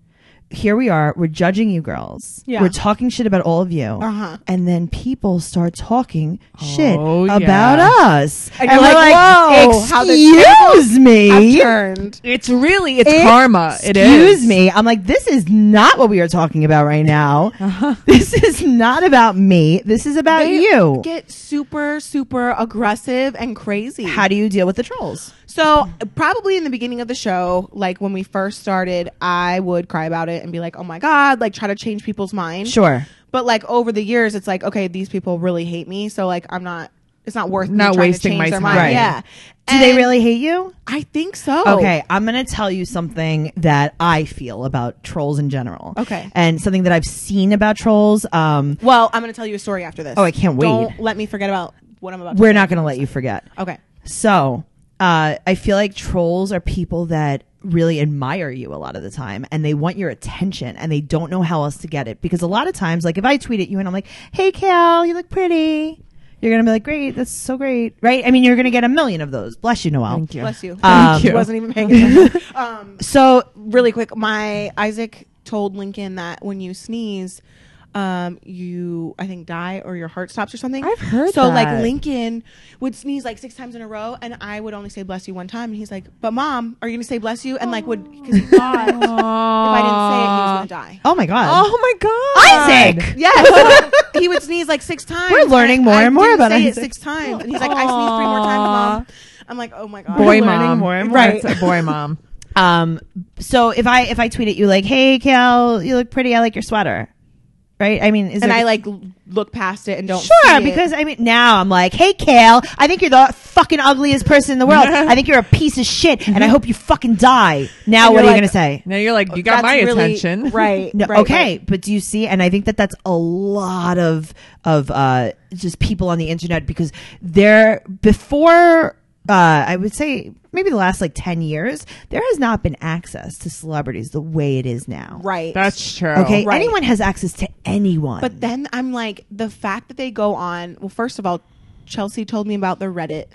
S1: here we are. We're judging you girls.
S3: Yeah.
S1: We're talking shit about all of you.
S3: Uh-huh.
S1: And then people start talking shit
S2: Oh, yeah.
S1: about us.
S3: And you're like, "Whoa, how the
S1: excuse
S3: I'm
S1: me.
S3: turned.
S2: It's really it's
S1: Ex-
S2: karma. It is.
S1: Excuse me. I'm like, this is not what we are talking about right now. This is not about me. This is about
S3: They
S1: you.
S3: get super, super aggressive and crazy.
S1: How do you deal with the trolls?
S3: So probably in the beginning of the show, like when we first started, I would cry about it and be like, "Oh my god!" Like try to change people's minds.
S1: Sure.
S3: But like over the years, it's like, okay, these people really hate me, so like I'm not. It's not worth me
S2: Not
S3: trying to
S2: wasting
S3: change
S2: my
S3: their
S2: time.
S3: mind.
S1: Right.
S3: Yeah.
S1: Do they
S3: And Oh.
S1: really hate you?
S3: I think so.
S1: Okay, I'm going to tell you something that I feel about trolls in general.
S3: Okay.
S1: And something that I've seen about trolls. Um,
S3: Well, I'm going to tell you a story after this.
S1: Oh, I can't wait.
S3: Don't let me forget about what I'm about. to
S1: we're
S3: say.
S1: not going to let you forget.
S3: Okay.
S1: So, uh, I feel like trolls are people that really admire you a lot of the time and they want your attention and they don't know how else to get it because a lot of times, like if I tweet at you and I'm like, hey, Cal, you look pretty. You're gonna be like, great, that's so great, right? I mean, you're gonna get a million of those. Bless you, Noel.
S2: Thank you.
S3: Bless you.
S1: Um,
S3: She wasn't even paying attention. um,
S1: So,
S3: really quick, my Isaac told Lincoln that when you sneeze, um, you I think die or your heart stops or something.
S2: I've heard
S3: so
S2: that.
S3: like Lincoln would sneeze like six times in a row, and I would only say bless you one time, and he's like, "But mom, are you gonna say bless you?" And like would because he thought if I didn't say it, he was gonna die.
S1: oh my god,
S2: Oh my god,
S1: Isaac!
S3: Yes, he would sneeze like six times.
S1: We're learning
S3: and
S1: more
S3: I
S1: and more
S3: didn't
S1: about
S3: say it
S1: Isaac.
S3: six times, and he's like, "I sneezed three more times, mom." I'm like, "Oh my god,
S2: Boy,
S1: Learning
S2: mom.
S1: more and more.
S2: Right, It's a boy, mom.
S1: Um, so if I if I tweet at you like, "Hey, Cal, you look pretty. I like your sweater," right? I mean, is
S3: and
S1: there-
S3: I like l- look past it and don't see
S1: sure
S3: it.
S1: because I mean now I'm like, "Hey, Cal, I think you're the fucking ugliest person in the world. I think you're a piece of shit, and I hope you fucking die." Now,
S3: Mm-hmm. And
S1: what are
S3: you're
S1: you
S3: like,
S1: gonna say?
S2: Now you're like you got
S3: That's
S2: my
S3: really-
S2: attention,
S3: right?
S1: No,
S3: right,
S1: okay,
S3: right.
S1: but do you see? And I think that that's a lot of of uh, just people on the internet because they're before. Uh, I would say maybe the last like ten years, there has not been access to celebrities the way it is now.
S3: right.
S2: That's true.
S1: Okay,
S3: Right.
S1: anyone has access to anyone.
S3: but then I'm like the fact that they go on. Well, first of all, Chelsea told me about the Reddit.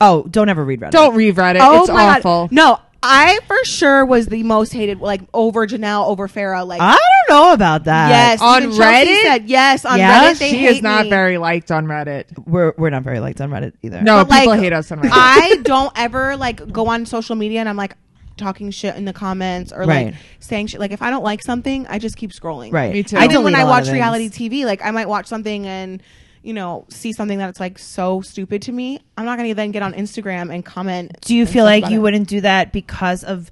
S1: oh, don't ever read Reddit.
S2: Don't reread it. it's
S3: Oh my God.
S2: awful.
S3: No, I for sure was the most hated, like over Janelle, over Farah. Like
S1: I don't know about that.
S3: yes,
S2: Ah. On
S3: even Chelsea
S2: Reddit?
S3: said yes on
S1: Yeah,
S3: Reddit. They
S2: she
S3: hate
S2: is not
S3: me.
S2: very liked on Reddit.
S1: we're we're not very liked on Reddit either.
S2: No,
S3: But,
S2: people
S3: like,
S2: hate us on Reddit.
S3: I don't ever like go on social media and I'm like talking shit in the comments or
S1: Right.
S3: like saying shit. Like if I don't like something, I just keep scrolling.
S1: right.
S2: Me too.
S1: I
S2: Even
S3: Even
S1: delete
S3: when
S1: a
S3: I
S1: lot
S3: watch
S1: of things.
S3: reality TV, like I might watch something and you know see something that's like so stupid to me. I'm not gonna then get on Instagram and comment.
S1: do you
S3: and
S1: feel
S3: stuff
S1: like
S3: about
S1: you
S3: it.
S1: wouldn't do that because of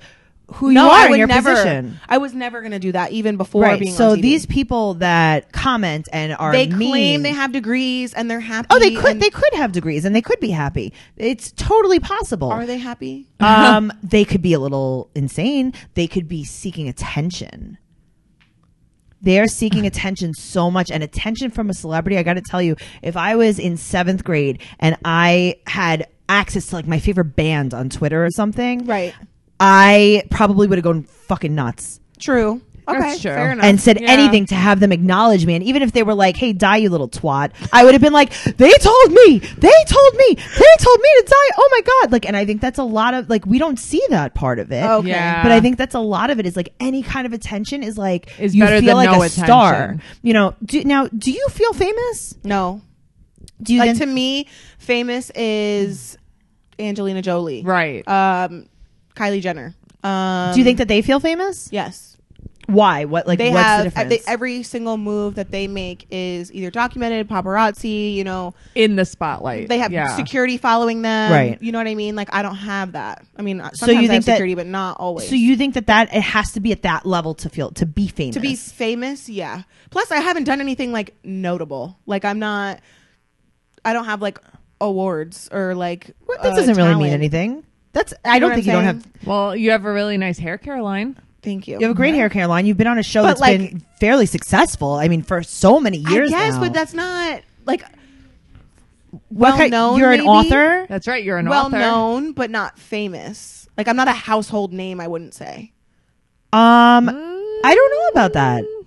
S1: who
S3: No,
S1: you are
S3: I
S1: and
S3: would
S1: your
S3: never.
S1: position?
S3: I was never gonna do that even before being
S1: so
S3: on TV.
S1: these people that comment and are
S3: they
S1: mean,
S3: claim they have degrees and they're happy.
S1: oh they could
S3: and-
S1: they could have degrees and they could be happy. It's totally possible.
S3: are they happy?
S1: um, they could be a little insane. They could be seeking attention. They're seeking attention so much and attention from a celebrity. I got to tell you, if I was in seventh grade and I had access to like my favorite band on Twitter or something,
S3: Right.
S1: I probably would have gone fucking nuts
S3: True. Okay.
S2: That's true.
S3: Fair enough.
S1: and said
S2: Yeah.
S1: anything to have them acknowledge me. And even if they were like, hey, die, you little twat, I would have been like, they told me, they told me, they told me to die. Oh my God. Like, and I think that's a lot of, like, we don't see that part of it.
S3: Okay.
S2: Yeah.
S1: But I think that's a lot of it is like any kind of attention is like,
S2: Is
S1: you
S2: better
S1: feel
S2: than
S1: like
S2: no
S1: a star.
S2: attention.
S1: You know, do, now, do you feel famous?
S3: no.
S1: Do you
S3: like
S1: think-
S3: to me, famous is Angelina Jolie,
S2: Right.
S3: Um, Kylie Jenner. Um,
S1: do you think that they feel famous?
S3: Yes,
S1: Why? What, like,
S3: they
S1: what's the
S3: have. uh,
S1: difference?
S3: they- every single move that they make is either documented, paparazzi. You know,
S2: in the spotlight.
S3: they have
S2: yeah.
S3: security following them.
S1: Right.
S3: You know what I mean? Like, I don't have that. I mean, sometimes
S1: you
S3: I
S1: think
S3: have
S1: that-
S3: security, but not always.
S1: so you think that that, it has to be at that level to feel, to be famous?
S3: to be famous, yeah. Plus, I haven't done anything like notable. Like, I'm not. I don't have like awards or like.
S1: Well, that
S3: uh,
S1: doesn't really mean
S3: talent.
S1: anything. That's I
S3: You know
S1: don't
S3: what
S1: think you
S3: I'm
S1: don't
S3: saying?
S1: have
S2: Well, you have a really nice hair, Caroline.
S3: Thank you.
S1: you have a great hair care line. You've been on a show
S3: But,
S1: that's
S3: like-
S1: been fairly successful. I mean, for so many years.
S3: I guess,
S1: now.
S3: but that's not like
S1: What
S3: well
S1: kind-
S3: known.
S1: You're an
S3: maybe?
S1: author.
S2: That's right. You're an
S3: well
S2: author.
S3: known, but not famous. Like I'm not a household name. I wouldn't say
S1: Um, I don't know about that.
S2: Mm.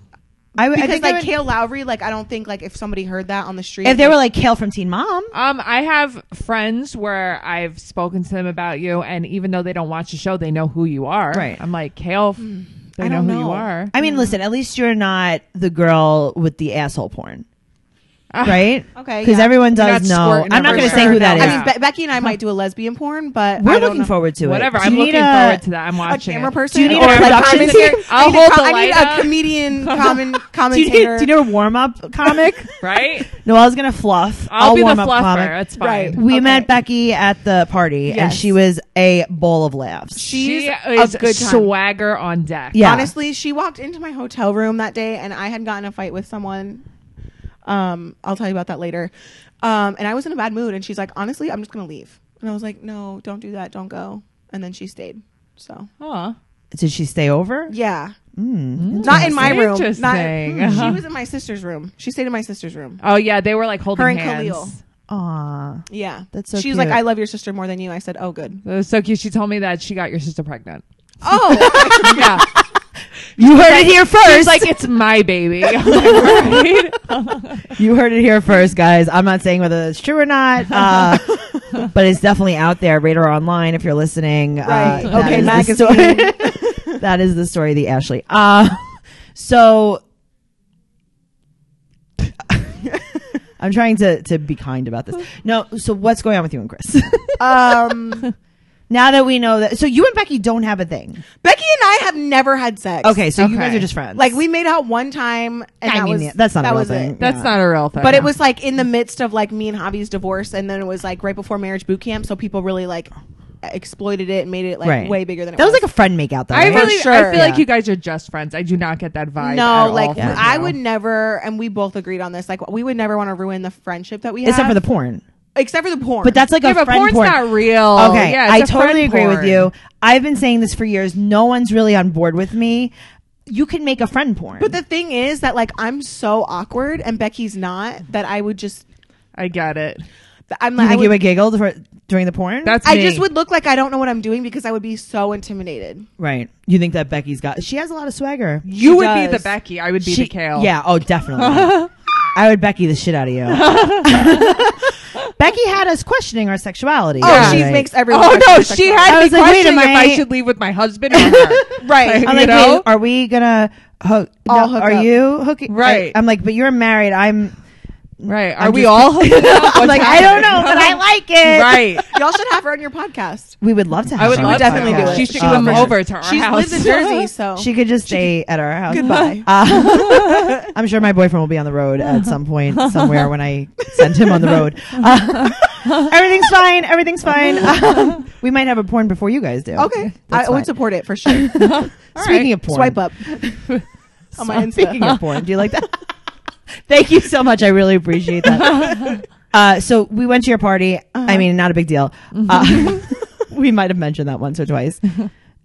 S1: I, would- I
S3: because
S1: think I
S3: like
S1: would-
S3: Kale Lowry. Like I don't think like if somebody heard that on the street,
S1: if they were like Kale from Teen Mom,
S2: Um, I have friends where I've spoken to them about you, and even though they don't watch the show, they know who you are.
S1: Right.
S2: I'm like Kale. f- they
S3: I
S2: know
S3: don't
S2: who you
S3: know.
S2: are.
S1: I mean, listen, at least you're not the girl with the asshole porn. Right?
S3: Okay,
S1: Because
S3: yeah.
S1: everyone
S2: Ah. You're
S1: does
S2: not
S1: know.
S2: squirting
S1: I'm not going to say
S2: everywhere.
S1: who
S2: Sure,
S1: that
S2: no.
S1: is.
S3: I mean,
S2: Yeah.
S3: Be- Becky and I might do a lesbian porn, but I
S1: We're
S3: don't
S1: looking
S3: know.
S1: forward to
S2: Whatever.
S1: it. Do
S2: I'm
S1: you
S2: looking
S1: need a-
S2: forward to that. I'm
S3: a
S2: watching.
S3: camera
S2: it.
S3: person.
S1: Do you need
S3: or
S1: a production
S3: commentator?
S2: team?
S3: I
S2: I'll
S3: need, a,
S2: hold
S3: com-
S2: the
S3: I need
S2: light
S3: a
S2: up.
S3: comedian common
S1: Do you,
S3: commentator.
S1: need, do you need a warm up comic?
S2: Right?
S1: Noelle's going to fluff.
S2: I'll, be the
S1: warm up
S2: fluffer.
S1: comic.
S2: It's fine.
S3: Right.
S1: We
S3: Okay.
S1: met Becky at the party, and
S3: Yes.
S1: she was a bowl of laughs.
S2: She
S3: She's
S2: is
S3: a good time.
S2: swagger on deck.
S1: Yeah.
S3: Honestly, she walked into my hotel room that day, and I had gotten a fight with someone. Um, I'll tell you about that later. Um, and I was in a bad mood, and she's like, "Honestly, I'm just gonna leave." And I was like, "No, don't do that. Don't go." And then she stayed. So
S2: Huh.
S1: Did she stay over?
S3: yeah,
S1: Mm,
S3: not in my room. Not,
S2: Interesting.
S3: Mm,
S2: Uh-huh.
S3: She was in my sister's room. She stayed in my sister's room.
S2: Oh yeah, they were like holding
S3: Her and
S2: hands.
S3: Khalil.
S1: Aw.
S3: Yeah,
S1: That's so
S3: She was like,
S1: cute.
S3: "I love your sister more than you." I said, "Oh, good."
S2: It was so cute. She told me that she got your sister pregnant.
S3: Oh,
S2: Yeah,
S1: You heard it here first.
S2: she's like, it's my baby. I'm like, "Right."
S1: You heard it here first, guys. I'm not saying whether it's true or not, uh, but it's definitely out there. Radar Online, if you're listening.
S3: Right.
S1: Uh,
S3: Okay,
S1: that is the story. that is the story of the Ashley. Uh, so I'm trying to, to be kind about this. No, so what's going on with you and Chris?
S3: um,
S1: now that we know that, so you and Becky don't have a thing.
S3: Becky and I have never had sex.
S1: Okay, so you guys
S2: Okay.
S1: are just friends.
S3: Like we made out one time, and
S1: I
S3: that
S1: mean,
S3: was
S1: yeah, that's not a
S3: that
S1: real
S3: was
S1: thing.
S3: it.
S2: That's
S1: Yeah.
S2: not a real thing.
S3: But it was like in the midst of like me and Javi's divorce, and then it was like right before marriage boot camp. So people really like exploited it and made it like
S1: Right.
S3: way bigger than it
S1: that was like a friend make out though.
S2: I
S1: right?
S2: really,
S3: For
S2: I
S3: sure.
S2: feel like
S1: Yeah.
S2: you guys are just friends. I do not get that vibe. at
S3: no,
S2: all
S3: like
S2: from
S3: I
S2: you.
S3: would never, and we both agreed on this. Like we would never want to ruin the friendship that we
S1: except for
S3: have,
S1: the porn.
S3: except for the porn.
S1: But that's like
S2: Yeah,
S1: a
S2: but
S1: friend
S2: porn's
S1: porn.
S2: not real.
S1: Okay,
S2: yeah,
S1: I
S2: it's a friend
S1: totally agree with
S2: porn.
S1: you. I've been saying this for years. No one's really on board with me. You can make a friend porn,
S3: but the thing is that like I'm so awkward, and Becky's not. That I would just,
S2: I get it.
S3: I'm
S1: you
S3: like, I
S1: think
S3: would,
S1: you would giggle for, during the porn?
S2: That's
S3: I
S2: me.
S3: just would look like I don't know what I'm doing because I would be so intimidated.
S1: right. You think that Becky's got? She has a lot of swagger.
S2: You
S3: She
S2: would be
S3: does.
S2: the Becky. I would be
S1: She-
S2: the Kale.
S1: Yeah. Oh, definitely. I would Becky the shit out of you. Becky had us questioning our sexuality.
S3: Oh,
S1: the other
S3: she
S1: night.
S3: makes everyone.
S2: Oh no,
S3: question
S2: she
S3: sexuality.
S2: had
S1: I
S2: me
S1: was like, wait,
S2: questioning
S1: am
S2: if I
S1: I-
S2: should leave with my husband or her.
S3: Right.
S1: I'm
S2: you
S1: like,
S2: know?
S1: wait, are we gonna hook?
S3: All
S1: no,
S3: hook
S1: are
S3: up.
S1: you hooking?
S2: Right.
S1: I, am like, but you're married. I'm.
S2: right. Are
S1: I'm
S2: we
S1: just-
S2: all hooking up? What's
S1: I'm like, I don't know,
S2: happening?
S1: but I like it.
S2: Right.
S3: Y'all should have her on your podcast.
S1: We would love to. Have
S2: I would
S1: her
S2: love
S1: on
S2: to.
S1: the
S3: definitely do
S1: podcast.
S3: it.
S2: She should
S1: Oh,
S2: come
S1: for sure.
S2: over to our
S3: She
S2: house.
S3: lives in Jersey, so
S1: She could just stay at our house.
S3: Goodbye.
S1: Uh, I'm sure my boyfriend will be on the road at some point somewhere when I send him on the road. Uh, everything's fine. Everything's fine. Um, we might have a porn before you guys do.
S3: Okay.
S1: That's
S3: I
S2: oh,
S3: would
S1: fine.
S3: support it for sure.
S1: Speaking
S2: right.
S1: of porn,
S3: Swipe up on my
S1: Speaking
S3: Insta.
S1: of porn, do you like that? Thank you so much. I really appreciate that. Uh, so we went to your party. I mean, not a big deal. Uh, we might have mentioned that once or twice.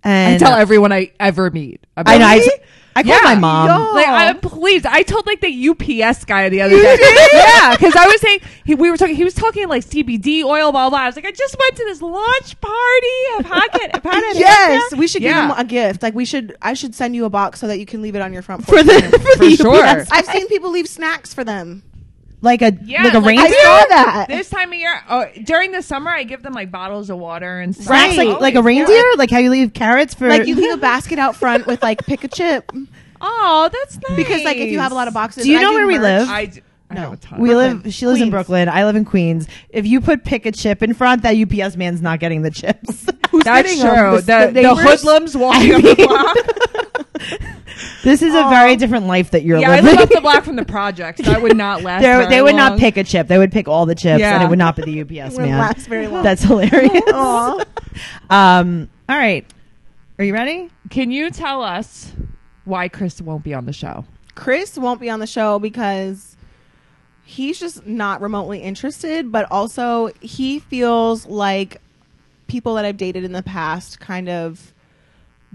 S1: And
S2: I tell everyone I ever meet. about
S1: I know. I,
S2: it.
S1: I called my
S2: Yeah.
S1: mom.
S3: Yo.
S2: Like, I, please, I told like the UPS guy the other day. yeah, because I was saying he, we were talking. He was talking like CBD oil, blah blah. I was like, I just went to this launch party of Hackett. Hackett-
S3: Yes, we should
S2: Yeah.
S3: give him a gift. Like we should, I should send you a box so that you can leave it on your front
S1: for
S3: porch.
S1: the for, the
S2: sure.
S1: UPS.
S3: I've seen people leave snacks for them.
S1: like a
S2: Yeah,
S1: like a
S3: I
S1: reindeer.
S2: dude,
S3: saw that.
S2: this time of year. Oh, during the summer, I give them like bottles of water and stuff. Oh,
S1: Snacks
S3: Right.
S1: like, like a reindeer, like how you leave carrots for
S3: Like you leave a basket out front with like pick a chip
S2: Oh, that's nice.
S3: because like if you have a lot of boxes.
S1: Do you
S3: and I
S1: know where we
S3: merch-
S1: live?
S2: I d- I
S3: No.
S2: have a ton.
S1: We
S3: Brooklyn.
S1: live. She lives in
S3: Queens.
S1: Brooklyn. I live in Queens. If you put pick a chip in front, that UPS man's not getting the chips.
S2: That's
S3: getting 'em?
S2: true.
S3: The-
S2: The,
S3: the
S2: the
S3: neighbors?
S2: hoodlums walking up the block.
S1: this is a very different life that you're
S2: Yeah, I
S1: living.
S2: live up the block from the project, so I would not last.
S1: They're-
S2: very
S1: they would
S2: long.
S1: not pick a chip. They would pick all the chips, and
S2: Yeah.
S1: it would not be the UPS
S3: Wouldn't
S1: man.
S3: last very long.
S1: That's hilarious.
S3: Aw.
S1: um. All right. Are you ready?
S2: Can you tell us why Chris won't be on the show?
S3: Chris won't be on the show because he's just not remotely interested, but also he feels like people that I've dated in the past kind of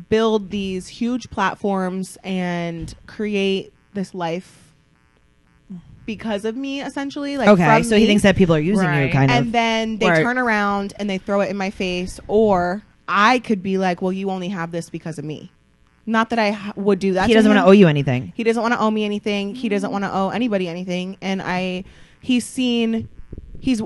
S3: build these huge platforms and create this life because of me essentially like
S1: Okay.
S3: from
S1: So he
S3: me,
S1: thinks that people are using
S2: Right.
S1: you, kind
S3: and
S1: of.
S3: then they
S1: Right.
S3: turn around and they throw it in my face or I could be like well you only have this because of me not that I h- would do that
S1: he
S3: to
S1: doesn't want
S3: him.
S1: to owe you anything.
S3: He doesn't want to owe me anything. He doesn't want to owe anybody anything. And I, he's seen, he's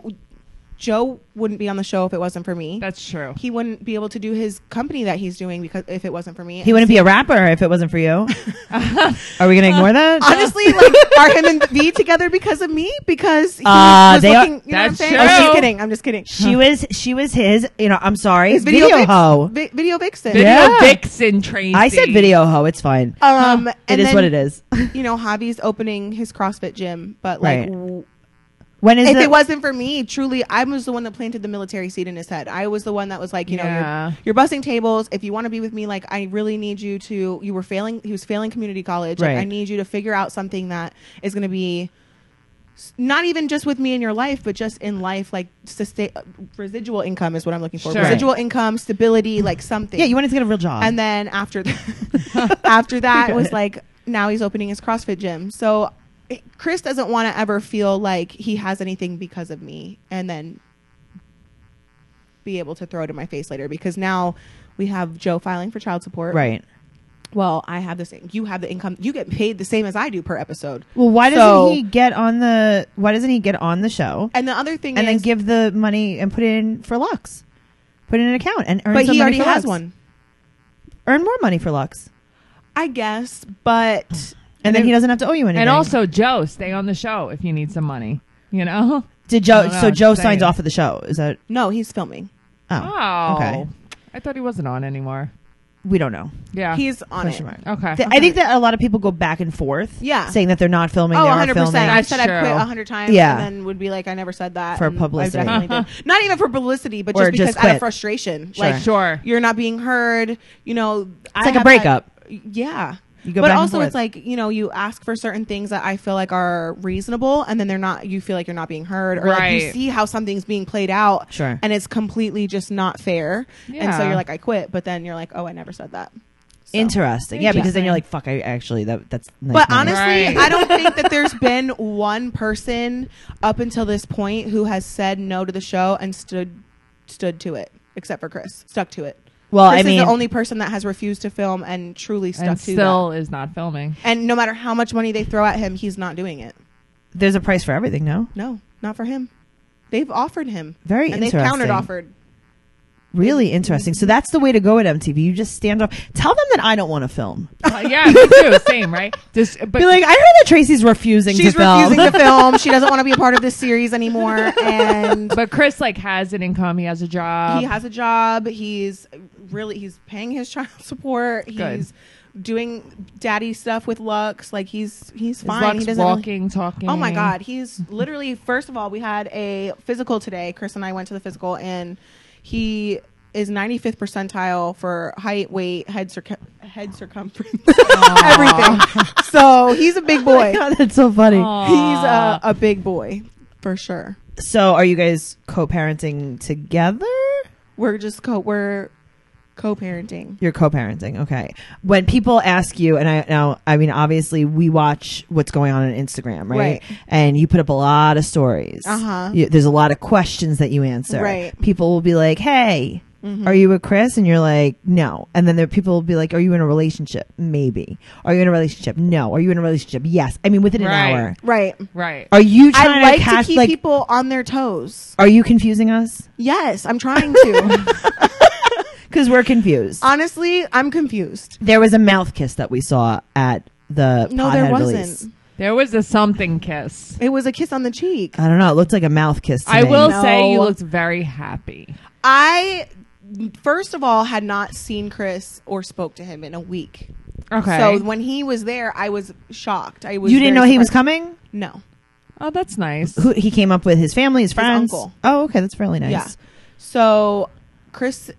S3: Joe wouldn't be on the show if it wasn't for me.
S2: That's true.
S3: he wouldn't be able to do his company that he's doing because if it wasn't for me.
S1: He wouldn't be a rapper if it wasn't for you. Are we gonna ignore that?
S3: Honestly, like, are him and V together because of me? Because he
S1: Uh,
S3: was
S1: they are-
S3: looking, you know what I'm
S2: That's
S3: saying?
S2: true.
S3: I'm just kidding. I'm just kidding.
S1: she was she was his. You know, I'm sorry.
S3: His
S1: video,
S3: vix-
S1: hoe.
S3: vi- video vixen.
S2: Video
S1: Yeah.
S2: Vixen Tracy.
S1: I said video hoe. It's fine.
S3: Um,
S1: it
S3: and
S1: is
S3: then,
S1: what it is.
S3: You know, Javi's opening his CrossFit gym, but like,
S1: Right.
S3: w-
S1: When is
S3: if
S1: the-
S3: it wasn't for me, truly, I was the one that planted the military seed in his head. I was the one that was like, you know,
S2: Yeah.
S3: you're, you're busting tables. If you want to be with me, like, I really need you to. You were failing. He was failing community college. Like,
S1: Right.
S3: I need you to figure out something that is going to be s- not even just with me in your life, but just in life, like sustain residual income is what I'm looking for.
S2: Sure.
S3: Residual income, stability, like something.
S1: Yeah, you wanted to get a real job.
S3: and then after that, after that was like now he's opening his CrossFit gym. So it- Chris doesn't want to ever feel like he has anything because of me, and then be able to throw it in my face later because now we have Joe filing for child support.
S1: right.
S3: Well, I have the same. You have the income. You get paid the same as I do per episode.
S1: Well, why doesn't
S3: So-
S1: he get on the? Why doesn't he get on the show
S3: And the other thing
S1: and then
S3: is,
S1: give the money and put it in for Lux? Put it in an account and earn.
S3: but
S1: some
S3: he
S1: money
S3: already
S1: for
S3: has
S1: Lux.
S3: one,
S1: Earn more money for Lux,
S3: I guess. But
S1: and, then he doesn't have to owe you anything.
S2: And also, Joe, stay on the show if you need some money. You know?
S1: did Joe?
S2: No, no,
S1: so
S2: I'm
S1: Joe
S2: just
S1: signs
S2: saying.
S1: off of the show. Is that?
S3: no, he's filming.
S1: Oh,
S3: Ah.
S2: Oh.
S1: okay.
S2: I thought he wasn't on anymore.
S1: We don't know.
S2: Yeah.
S3: He's on it.
S1: Question mark.
S2: okay.
S1: Th- I think that a lot of people go back and forth.
S3: Yeah.
S1: saying that they're not filming.
S3: Oh,
S1: they
S3: 100
S1: are filming.
S3: percent. I've
S2: That's
S3: said I've quit
S2: true.
S3: hundred times.
S1: Yeah.
S3: and then would be like, I never said that
S1: For
S3: and I
S1: publicity.
S3: definitely did. Not even for publicity, but
S1: Or
S3: just because
S1: just
S3: out
S1: quit.
S3: of frustration.
S1: Sure.
S3: Like,
S2: Sure.
S3: you're not being heard. You know, it's
S1: like a breakup.
S3: yeah.
S1: You go
S3: but
S1: back and
S3: also,
S1: forth.
S3: it's like you know, you ask for certain things that I feel like are reasonable, and then they're not. You feel like you're not being heard, or like you
S2: Right.
S3: see how something's being played out,
S1: Sure.
S3: and it's completely just not fair. And so
S2: Yeah.
S3: you're like, I quit, but then you're like, oh, I never said that. So.
S1: Interesting. Yeah, because then
S2: Interesting.
S1: you're like, fuck. I actually that that's. Nice
S3: But
S1: money.
S2: Right.
S3: honestly, I don't think that there's been one person up until this point who has said no to the show and stood stood to it, except for Chris. Stuck to it.
S1: Well,
S3: Chris
S1: I mean-
S3: is the only person that has refused to film and truly stuck
S2: and
S3: to
S2: still is not filming.
S3: that. And no matter how much money they throw at him, he's not doing it.
S1: there's a price for everything. No,
S3: No, not for him. They've offered him.
S1: Very
S3: and they've
S1: interesting.
S3: countered offered.
S1: really interesting. So that's the way to go at MTV. You just stand up. Tell them that I don't want to film.
S2: Uh, yeah, me too. Same, right? Just, but
S1: Be like, I heard that Tracy's refusing
S3: She's
S1: to film.
S3: refusing to film. She doesn't want to be a part of this series anymore. And
S2: but Chris like has an income. He has a job.
S3: he has a job. He's really he's paying his child support. He's
S2: Good.
S3: doing daddy stuff with Lux. Like he's he's
S2: His
S3: fine.
S2: luck's
S3: he doesn't. really-
S2: walking, talking.
S3: oh my god, he's literally. First of all, we had a physical today. Chris and I went to the physical, and he is 95th percentile for height, weight, head circum head circumference, everything. So he's a big boy.
S1: God, that's so funny.
S2: Aw.
S3: he's a, a big boy for sure.
S1: So, are you guys co-parenting together?
S3: We're just co we're co-parenting.
S1: You're co-parenting, okay. When people ask you, and I now, I mean, obviously, we watch what's going on on Instagram, right?
S3: Right.
S1: And you put up a lot of stories.
S3: Uh-huh.
S1: You- there's a lot of questions that you answer.
S3: Right. Mm-hmm.
S1: People will be like, "Hey, are you with Chris?" And you're like, "No." And then there people will be like, "Are you in a relationship?" Maybe. Are you in a relationship? No. Are you in a relationship? Yes. I mean, within
S2: Right.
S1: an hour.
S3: Right.
S2: Right.
S1: Are you trying
S3: I like
S1: to
S3: to,
S1: catch
S3: keep
S1: like?
S3: people on their toes.
S1: are you confusing us?
S3: Yes, I'm trying to.
S1: Because we're confused.
S3: Honestly, I'm confused.
S1: There was a mouth kiss that we saw at the
S3: No, there
S1: Pothead
S3: wasn't.
S1: release.
S2: There was a something kiss.
S3: It was a kiss on the cheek.
S1: I don't know. It looked like a mouth kiss. To
S2: I
S1: me.
S2: will say you
S3: No.
S2: looked very happy.
S3: I first of all had not seen Chris or spoke to him in a week.
S2: Okay.
S3: So when he was there, I was shocked. I was
S1: You didn't know
S3: very
S1: he was
S3: surprised.
S1: coming.
S3: No.
S2: oh, that's nice.
S1: Who he came up with his family, his friends.
S3: uncle.
S1: Oh, okay, that's fairly nice.
S3: Yeah. So Chris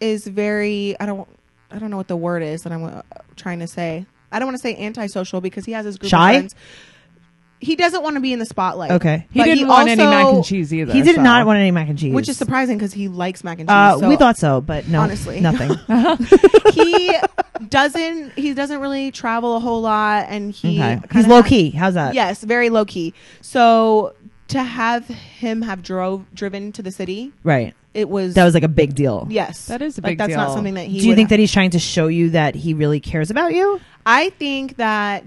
S3: is very I don't I don't know what the word is that I'm uh, trying to say. I don't want to say antisocial because he has his group
S1: Shy?
S3: of friends. He doesn't want to be in the spotlight.
S1: Okay.
S2: He
S3: But
S2: didn't want any
S3: also-
S2: mac and cheese either.
S1: He did
S2: so.
S1: not want any mac and cheese,
S3: which is surprising because he likes mac and cheese.
S1: Uh,
S3: so
S1: we thought so, but no,
S3: Honestly.
S1: nothing.
S3: he doesn't. He doesn't really travel a whole lot, and he
S1: okay, he's
S3: kinda
S1: low
S3: ha-
S1: key. How's that?
S3: yes, very low key. So to have him have drove driven to the city,
S1: right.
S3: it was
S1: That was like a big deal.
S3: yes.
S2: That is a
S3: like
S2: big
S3: that's not
S2: deal.
S3: something that he.
S1: Do you
S3: would
S1: think that he's trying to show you that he really cares about you?
S3: I think that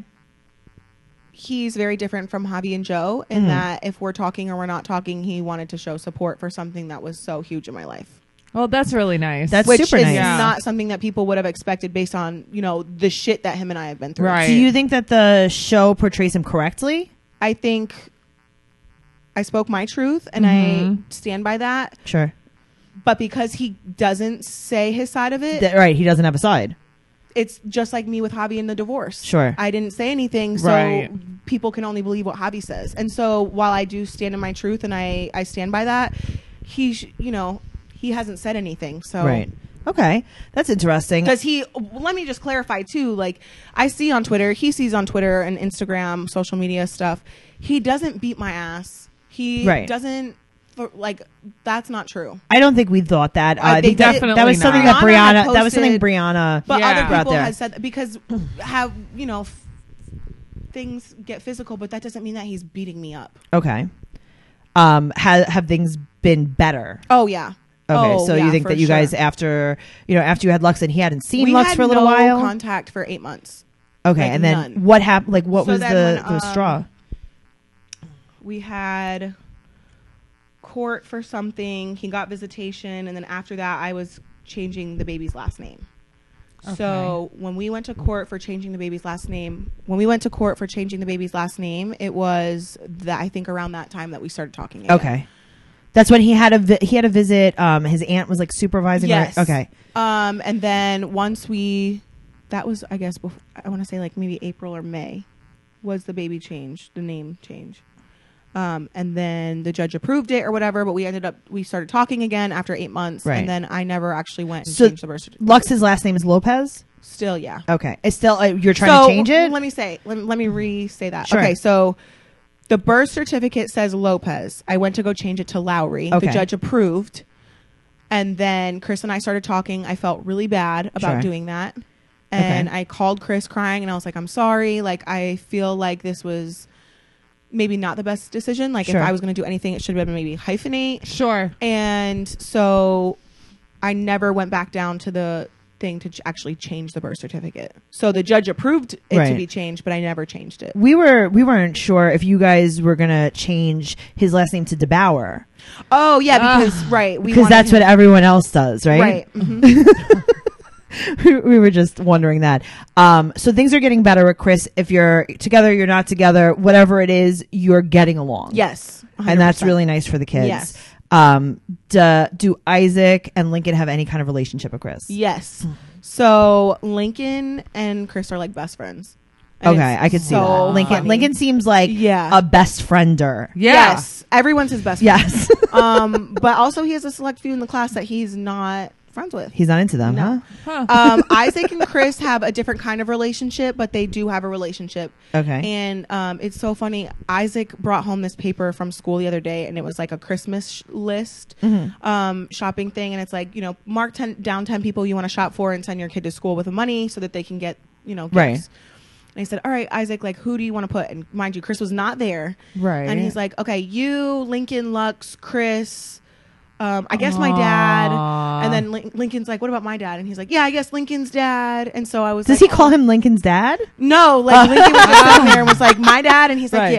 S3: he's very different from Javi and Joe in
S1: Mm-hmm.
S3: that if we're talking or we're not talking, he wanted to show support for something that was so huge in my life.
S2: Well, that's really nice.
S1: That's-
S3: Which
S1: super
S3: is
S1: nice.
S2: Yeah.
S3: not something that people would have expected based on, you know, the shit that him and I have been through.
S2: Right.
S1: Do you think that the show portrays him correctly?
S3: I think I spoke my truth and
S1: Mm-hmm.
S3: I stand by that.
S1: Sure.
S3: But because he doesn't say his side of it,
S1: That- right. He doesn't have a side.
S3: it's just like me with Hobby and the divorce.
S1: Sure.
S3: I didn't say anything, so
S2: Right.
S3: people can only believe what Hobby says. And so while I do stand in my truth and I, I stand by that, he, sh- you know, he hasn't said anything. So.
S1: Right. Okay. That's interesting.
S3: Does he? Let me just clarify too. Like I see on Twitter, he sees on Twitter and Instagram, social media stuff. He doesn't beat my ass. He
S1: Right.
S3: doesn't. For, like that's not true.
S1: I don't think we thought that.
S3: I
S1: Uh,
S3: think
S1: they- that-
S2: definitely
S1: that was something
S2: not.
S1: that
S3: Brianna had
S1: Brianna. that was something
S3: posted-
S1: Brianna.
S3: But
S2: Yeah.
S3: other
S2: Out
S3: people
S1: there.
S3: have said that because have you know f- things get physical, but that doesn't mean that he's beating me up.
S1: okay. Um. Have have things been better?
S3: Oh yeah.
S1: Okay.
S3: Oh,
S1: so
S3: yeah,
S1: you think
S3: for
S1: that you guys
S3: sure.
S1: after you know after you had Lux and he hadn't seen
S3: we
S1: Lux
S3: had
S1: for a little
S3: no
S1: while.
S3: Contact for eight months.
S1: okay.
S3: like,
S1: and then
S3: none.
S1: what happened? Like what
S3: So
S1: was the
S3: then when,
S1: the
S3: um,
S1: straw?
S3: we had court for something. He got visitation, and then after that, I was changing the baby's last name. So when we went to court for changing the baby's last name, when we went to court for changing the baby's last name, it was that I think around that time that we started talking. again.
S1: Okay. That's when he had a vi- he had a visit. Um, his aunt was like supervising. right?
S3: Yes.
S1: Okay.
S3: Um, and then once we, that was I guess before, I want to say like maybe April or May, was the baby change, the name change. Um, and then the judge approved it or whatever, but we ended up we started talking again after eight months,
S1: Right.
S3: and then I never actually went and
S1: So-
S3: changed the birth certificate.
S1: Lux's last name is Lopez.
S3: Still, yeah.
S1: Okay. It's still uh, you're trying to change it.
S3: Let me say. Let, let me re-say that.
S1: Sure.
S3: Okay, so the birth certificate says Lopez. I went to go change it to Lowry.
S1: Okay.
S3: The judge approved, and then Chris and I started talking. I felt really bad about
S1: Sure.
S3: doing that, and I called Chris crying, and I was like, "I'm sorry. Like, I feel like this was." Maybe not the best decision. Like
S1: Sure.
S3: if I was going to do anything, it should have been maybe hyphenate.
S2: sure.
S3: And so I never went back down to the thing to ch- actually change the birth certificate. So the judge approved it
S1: Right.
S3: to be changed, but I never changed it.
S1: we were we weren't sure if you guys were gonna change his last name to DeBauer
S3: Oh, yeah,
S2: Ugh.
S3: because, right. we
S1: because
S3: wanted
S1: that's
S3: him-
S1: what everyone else does, right?
S3: Right. mhm.
S1: we were just wondering that. Um, so things are getting better with Chris. If you're together, you're not together. Whatever it is, you're getting along.
S3: yes.
S1: and that's
S3: 100%.
S1: really nice for the kids.
S3: Yes.
S1: Um, do, do Isaac and Lincoln have any kind of relationship with Chris?
S3: Yes.
S1: Hmm.
S3: So Lincoln and Chris are like best friends. And
S1: Okay,
S3: it's
S1: I could see
S3: so
S1: that. Lincoln
S3: funny.
S1: Lincoln seems like
S3: Yeah.
S1: a best friender.
S2: Yeah.
S3: Yes. Everyone's his best friend.
S1: Yes.
S3: um, but also he has a select few in the class that he's not friends with.
S1: He's not into them,
S3: No.
S2: Huh.
S3: um, Isaac and Chris have a different kind of relationship, but they do have a relationship.
S1: huh? Okay.
S3: And um, it's so funny. Isaac brought home this paper from school the other day, and it was like a Christmas sh- list
S1: Mm-hmm.
S3: um, shopping thing. And it's like, you know, mark 10, down 10 people you want to shop for and send your kid to school with the money so that they can get, you know, gifts.
S1: Right.
S3: And I said, All right, Isaac, like, who do you want to put? And mind you, Chris was not there.
S1: Right.
S3: And he's like, Okay, you, Lincoln, Lux, Chris. Um, I guess my dad,
S2: Aw.
S3: and then Lin- Lincoln's like, "What about my dad?" And he's like, "Yeah, I guess Lincoln's dad." And so I was.
S1: Does
S3: like, oh.
S1: he call him Lincoln's dad?
S3: no, like Lincoln was just sitting there and was like, "My dad," and he's like,
S1: Right.